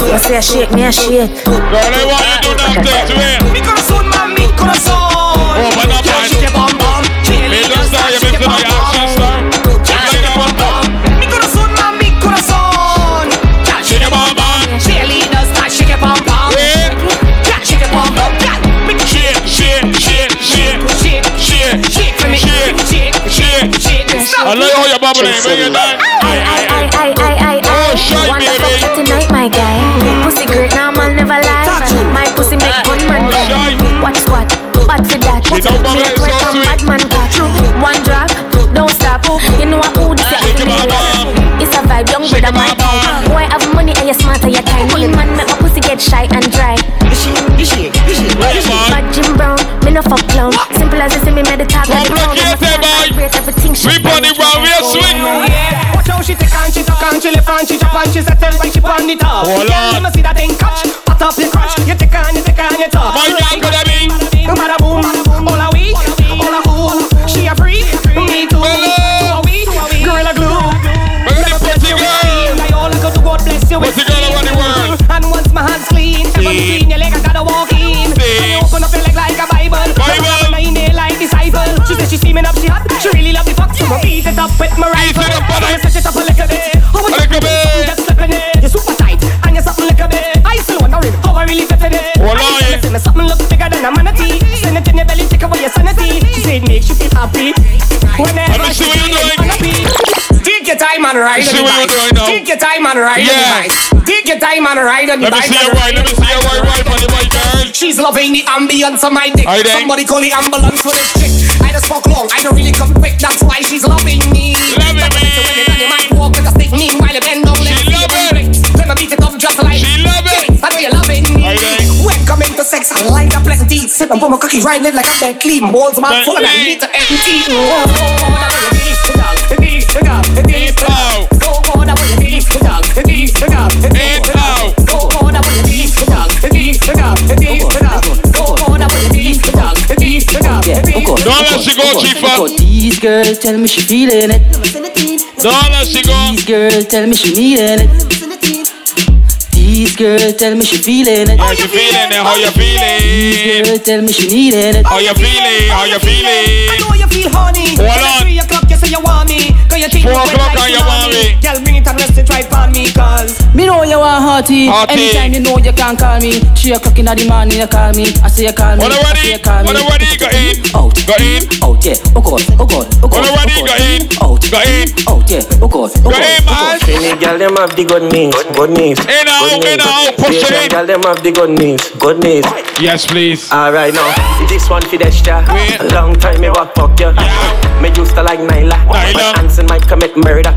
[SPEAKER 6] You say shake me and shake.
[SPEAKER 3] Girl, they want you do nothing to him.
[SPEAKER 10] Mi corazón, mami, corazón.
[SPEAKER 3] Oh, but not
[SPEAKER 10] Yeah,
[SPEAKER 3] mine.
[SPEAKER 10] shake it, bum, bum. Shake
[SPEAKER 3] Me
[SPEAKER 10] it, little
[SPEAKER 3] just saw you
[SPEAKER 10] shake
[SPEAKER 3] missing
[SPEAKER 10] it, bum,
[SPEAKER 3] my
[SPEAKER 10] bum.
[SPEAKER 3] action, sir. Just like a bum bum.
[SPEAKER 10] Mi corazón, mami, corazón. Yeah,
[SPEAKER 3] Shake
[SPEAKER 10] shake
[SPEAKER 3] your
[SPEAKER 10] it, bum,
[SPEAKER 3] bum bum.
[SPEAKER 10] bum. Cheerleaders, nah, shake it, bum, bum.
[SPEAKER 3] Yeah.
[SPEAKER 10] Yeah, shake it, bum, bum. Yeah, make it
[SPEAKER 3] Shit, shit, shit, shit,
[SPEAKER 10] shake,
[SPEAKER 3] shit,
[SPEAKER 10] shake for me.
[SPEAKER 3] shit,
[SPEAKER 10] Shake,
[SPEAKER 3] shit, shit.
[SPEAKER 10] shake, stop.
[SPEAKER 3] I love how you're bubbling. Bring it down.
[SPEAKER 6] I, I, I, I, I,
[SPEAKER 3] Oh,
[SPEAKER 6] I.
[SPEAKER 3] shit, baby.
[SPEAKER 6] Wonderful tonight, my guy. Pussy great, now man never lie. My pussy make one man
[SPEAKER 3] shy.
[SPEAKER 6] Watch what? But for that,
[SPEAKER 3] She don't bother, it's so
[SPEAKER 6] from
[SPEAKER 3] sweet.
[SPEAKER 6] Batman catch One drop, don't stop. You know I who this
[SPEAKER 3] Shake it,
[SPEAKER 6] is.
[SPEAKER 3] mama.
[SPEAKER 6] It's a vibe, young
[SPEAKER 3] Shake
[SPEAKER 6] brother,
[SPEAKER 3] it,
[SPEAKER 6] my
[SPEAKER 3] mama.
[SPEAKER 6] type. Boy, have money and you smarter, you time. Mean man, make my pussy get shy and dry.
[SPEAKER 3] Right, man.
[SPEAKER 6] But Jim Brown, me no fuck clown. Simple as this, me made the top.
[SPEAKER 3] Come back here, say, boy. Sweep on the ground, real sweet.
[SPEAKER 10] Yeah. Watch how she take and she tuck and she lift and she drop and she settle and she pan it up.
[SPEAKER 3] Hold
[SPEAKER 10] Girl,
[SPEAKER 3] on.
[SPEAKER 10] you must see that thing catch. Hot off your crotch. You take and you take and you tuck.
[SPEAKER 3] My God, could I be?
[SPEAKER 10] Bada boom, all a week, all a who. She a freak, me too.
[SPEAKER 3] Hello.
[SPEAKER 10] Two a week, gorilla glue.
[SPEAKER 3] Bring the pretty girl.
[SPEAKER 10] I all go to God bless you with
[SPEAKER 3] What's it gonna run the world?
[SPEAKER 10] And once my hands clean, step on the
[SPEAKER 3] See.
[SPEAKER 10] scene, your leg I gotta walk in.
[SPEAKER 3] See.
[SPEAKER 10] And you open up your leg like a Bible.
[SPEAKER 3] Bible.
[SPEAKER 10] I'm in there like disciple. She says she's steaming up, she hot. She really love the fuck, so I beat it up with my
[SPEAKER 3] Beat it
[SPEAKER 10] rifle.
[SPEAKER 3] up, buddy.
[SPEAKER 10] I set it up a little bit. How
[SPEAKER 3] A little bit.
[SPEAKER 10] Just slipping it. You're super tight, and you're something like a bit. I still wondering how I really fit it. in.
[SPEAKER 3] Well, I-
[SPEAKER 10] I just wanna see me something look bigger than a manatee. Send it in your belly, take away your sanity. She said, make you feel happy. Whenever
[SPEAKER 3] Let me see what you're doing.
[SPEAKER 10] Dig it time and ride
[SPEAKER 3] See
[SPEAKER 10] on the
[SPEAKER 3] what you're
[SPEAKER 10] bike.
[SPEAKER 3] doing now.
[SPEAKER 10] Take your time and ride on the
[SPEAKER 3] Yeah.
[SPEAKER 10] bike. Take your time and ride on the
[SPEAKER 3] Let me
[SPEAKER 10] bike.
[SPEAKER 3] see
[SPEAKER 10] and
[SPEAKER 3] your right,
[SPEAKER 10] ride
[SPEAKER 3] let me
[SPEAKER 10] on the
[SPEAKER 3] see your
[SPEAKER 10] bike
[SPEAKER 3] right,
[SPEAKER 10] and
[SPEAKER 3] right, right, right, girl.
[SPEAKER 10] She's loving the ambience of my dick.
[SPEAKER 3] Aye, then.
[SPEAKER 10] Somebody call the ambulance for this chick. I just walk long, I don't really come quick. That's why she's loving me. Loving me. You might walk with a stick, meanwhile you bend down. She love it. Let me beat it up just like. She love it. I know you're loving me. Welcome into sex. I like that pleasant tea. Sit and put my cookie right in like I'm dead clean. Balls man full and I need to empty. Oh,
[SPEAKER 3] Don't let she go, Chifa.
[SPEAKER 7] These girls tell me she feeling it.
[SPEAKER 3] Don't let she go.
[SPEAKER 7] These girls tell me she needing it. These girls tell me she feeling it.
[SPEAKER 3] How you feeling it? How you feeling?
[SPEAKER 7] These girls tell me she needing it.
[SPEAKER 3] How you feeling? How you feeling?
[SPEAKER 10] know you feel honey.
[SPEAKER 3] Hold
[SPEAKER 10] It's
[SPEAKER 3] on.
[SPEAKER 10] Three o'clock, you say you want me. Cause you treat me
[SPEAKER 3] Four
[SPEAKER 10] well
[SPEAKER 3] o'clock
[SPEAKER 10] like
[SPEAKER 3] and you
[SPEAKER 10] tsunami.
[SPEAKER 3] want me.
[SPEAKER 10] Girl, bring it and rest it right on me, cause.
[SPEAKER 7] Me know you want hearty.
[SPEAKER 10] Hearty.
[SPEAKER 7] Anytime you know you can call me. Three o'clock in the morning you call me. I say you call me.
[SPEAKER 3] Wanna
[SPEAKER 7] I say you call me.
[SPEAKER 3] Wanna ready? Go in.
[SPEAKER 7] Out.
[SPEAKER 3] Go in.
[SPEAKER 7] Out. Yeah. Oh God. Oh God. Oh God.
[SPEAKER 3] Wanna ready? Go in.
[SPEAKER 7] Out. Go in. Out. Yeah. Oh God. Oh God. Oh God.
[SPEAKER 9] Any girl them have the good knees, good knees. In out, in out, push it. girl them have the good knees, good knees.
[SPEAKER 3] Yes, please.
[SPEAKER 9] All right now, this one for Destra. A long time me walk fuck you. Me used to like Nyla, but hands in my commit murder.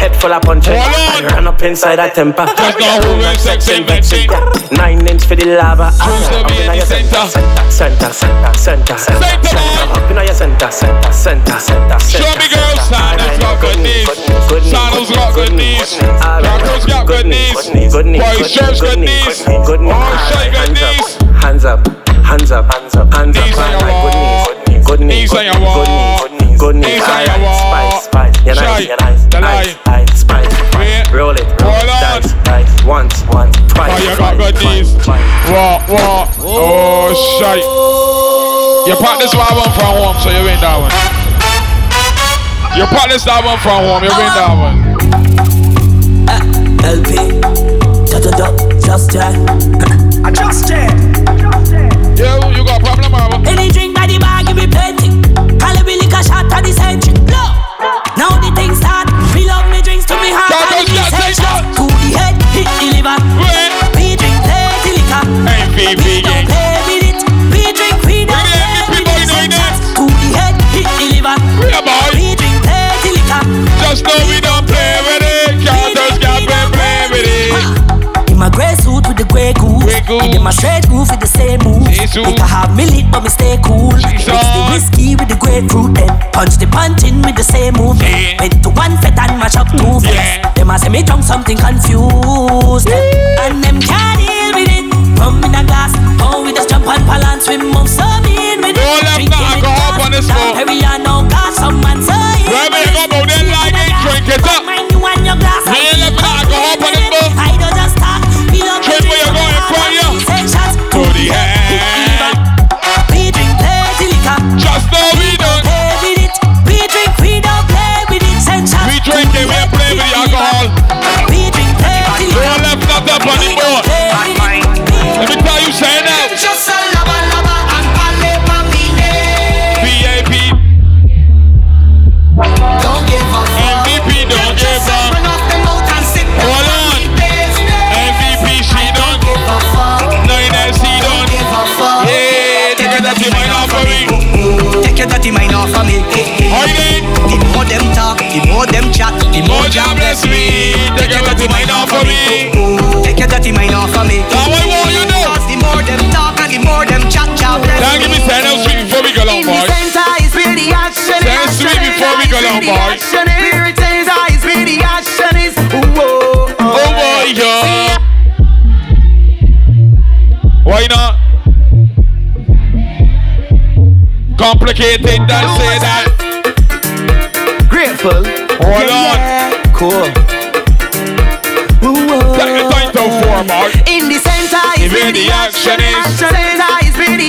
[SPEAKER 9] Head full of punches, I ran up inside a temper. Just go home and sex and vexing. Nine inch for the lava. Up in your center, center, center, center, center. Up in your center, center, center, center. Show me girls, Sandals got good knees. Sandals got good knees. Sandals got good knees. Boy shirts good knees. Boy shirt good knees. Hands up, hands up, hands up, hands up. These are your Good knees, good knees, good knees, good knees. These are your Spice, spice, you're nice, you're nice. Nice, nice, spice. Roll it, roll it. Dice, dice. Once, once, twice.
[SPEAKER 3] Oh, you got good knees. Walk, walk. Oh, shite. You practice that one from home, so you win that one. You practice that one from home, you win that one.
[SPEAKER 7] LP. Eh, Shut it up. Just try.
[SPEAKER 10] I just did.
[SPEAKER 3] Yo, you got a problem, mama?
[SPEAKER 7] Any drink that the bar give me plenty. Call it Billy Cash shot at the century. Look, now the thing start. Me love me drinks to me heart.
[SPEAKER 3] Can't
[SPEAKER 7] and me sensual. Cool the head, hit the liver. Me drink plenty liquor. Me don't play with it. Me drink, we don't play with it. Cool the head, hit the liver. Me drink plenty liquor.
[SPEAKER 3] Just know we don't play with it. Can't just get play, play with it.
[SPEAKER 7] In my grey suit with the grey goose. And in my straight groove with the same move. Like I have me lit but me stay cool. Mix the whiskey with the grapefruit then. Punch the punch in with the same move. Went to one fet and mash up two fets. Them a say me drunk something confused. them. And them can't deal with it. Rum in a glass. Oh, we just jump and balance. We move so mean with it. All them not go up on this floor. Harry and no got some man so in. Grab it up on that like it. Drink it up. Mind you and your glass. Me and them not go up on this floor. I don't just talk. Feel up Trip where you're going from you. Sensations. To the
[SPEAKER 3] Eh.
[SPEAKER 7] head. We drink plenty liquor. Just know we don't play with it. We drink, we don't play with it. Sensations. We drink and we play with the alcohol. We drink plenty liquor.
[SPEAKER 3] Don't left that up on the board. Let me tell you, say now. VIP.
[SPEAKER 25] Don't give up.
[SPEAKER 3] MVP don't give up. Hold on. MVP she don't give a fuck. Nine SC don't give a fuck. Yeah, take your dirty mind off of me.
[SPEAKER 6] Take your dirty mind off of me. The more them talk, the more them chat, the more God bless me. Take your dirty mind off of me. Take your dirty mind off of me. Now I want you know. Cause the more them talk and the more them chat, God bless
[SPEAKER 3] Now give me ten out sweet before we go long, boy. Ten sweet before we go long, boy. Oh boy, yo. Why not? Complicated, that say that.
[SPEAKER 6] Grateful.
[SPEAKER 3] Hold on.
[SPEAKER 6] Cool.
[SPEAKER 3] Take your time to form, boy.
[SPEAKER 6] In Oh. the center
[SPEAKER 3] If in the action is.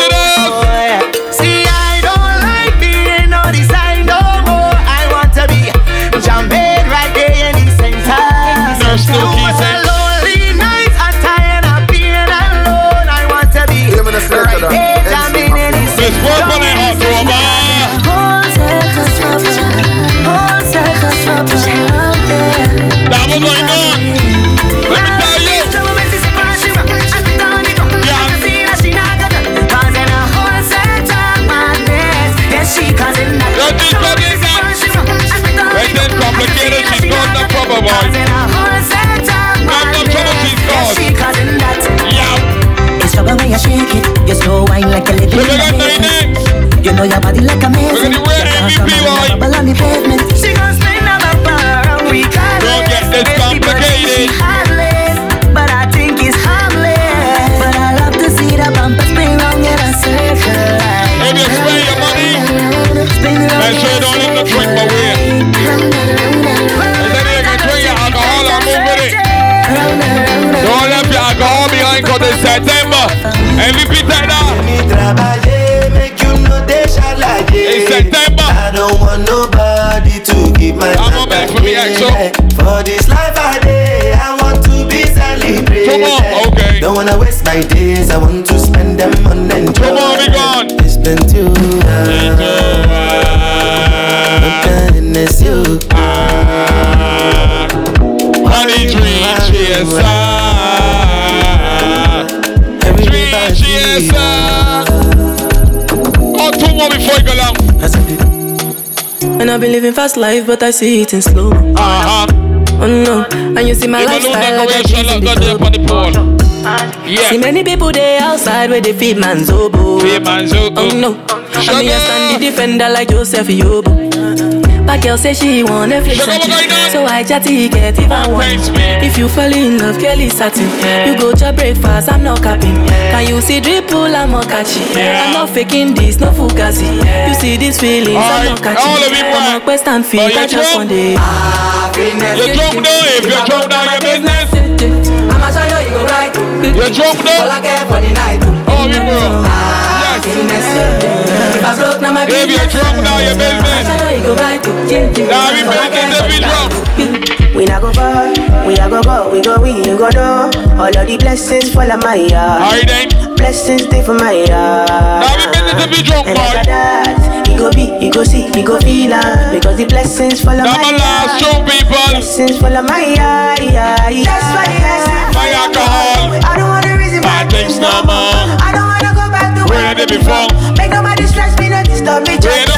[SPEAKER 6] Exodus! See, I don't like being no design no more. I want to be jumping right there in the center.
[SPEAKER 3] Nurse
[SPEAKER 6] It was a lonely night. I'm tired of being alone. I want to be right there jumping in the center. Miss Purple and Hot Robot.
[SPEAKER 3] don't live the drink, but we Don't let your alcohol behind cause it's September MVP take that
[SPEAKER 9] In September I don't want nobody to give my
[SPEAKER 3] I'm back for me EXO
[SPEAKER 9] For this life I day I want to be celebrated
[SPEAKER 3] Come on, okay
[SPEAKER 9] Don't wanna waste my days I want to spend them on enjoy Come
[SPEAKER 3] on, be gone
[SPEAKER 9] There's plenty of Kindness you
[SPEAKER 3] Honey dream GSR Dream GSR Oh, two more before you go down
[SPEAKER 19] And I've been living fast life, but I see it in slow.
[SPEAKER 3] Uh-huh.
[SPEAKER 19] Oh no, and you see my
[SPEAKER 3] If I know that
[SPEAKER 19] lifestyle like
[SPEAKER 3] way,
[SPEAKER 19] a
[SPEAKER 3] shall
[SPEAKER 19] cheese in
[SPEAKER 3] not go
[SPEAKER 19] the
[SPEAKER 3] there
[SPEAKER 19] club.
[SPEAKER 3] for the ball Yeah
[SPEAKER 19] See many people they outside where they feed man's oboe.
[SPEAKER 3] Feed man's oboe.
[SPEAKER 19] Oh no, I mean I stand the defender like Joseph Yobo. But girl say she want Netflix and chill, so I chatty get even one. If you fall in love, Kelly satin. You go to breakfast, I'm not capping. Can you see drip pull? I'm not catching. I'm not faking this, no fugazi. You see these feelings, I'm not catching. All of I'm not Western feel, I just want it.
[SPEAKER 3] You drop now if you drop down your business
[SPEAKER 19] I'ma show you you go right.
[SPEAKER 3] You drop now
[SPEAKER 9] All I care for the night
[SPEAKER 3] Oh, we bro
[SPEAKER 9] Happiness If I broke now my
[SPEAKER 3] If you drop now your business Now we back in the beat drop
[SPEAKER 7] We na go far, we a go go, we go we, you go do. All of the blessings follow my yard. Blessings stay for my yard. Now
[SPEAKER 3] we been to be drunk,
[SPEAKER 7] and after that, you go be, you go see, you go feel am. because the blessings follow
[SPEAKER 3] Now
[SPEAKER 7] my
[SPEAKER 3] my
[SPEAKER 7] yard.
[SPEAKER 3] last show people
[SPEAKER 7] Blessings follow my yard. yard, yard. That's why I
[SPEAKER 3] My alcohol
[SPEAKER 7] I don't want to reason
[SPEAKER 3] My things no more
[SPEAKER 7] I don't wanna go back to
[SPEAKER 3] Where they before
[SPEAKER 7] Make nobody stress me, not disturb me. Just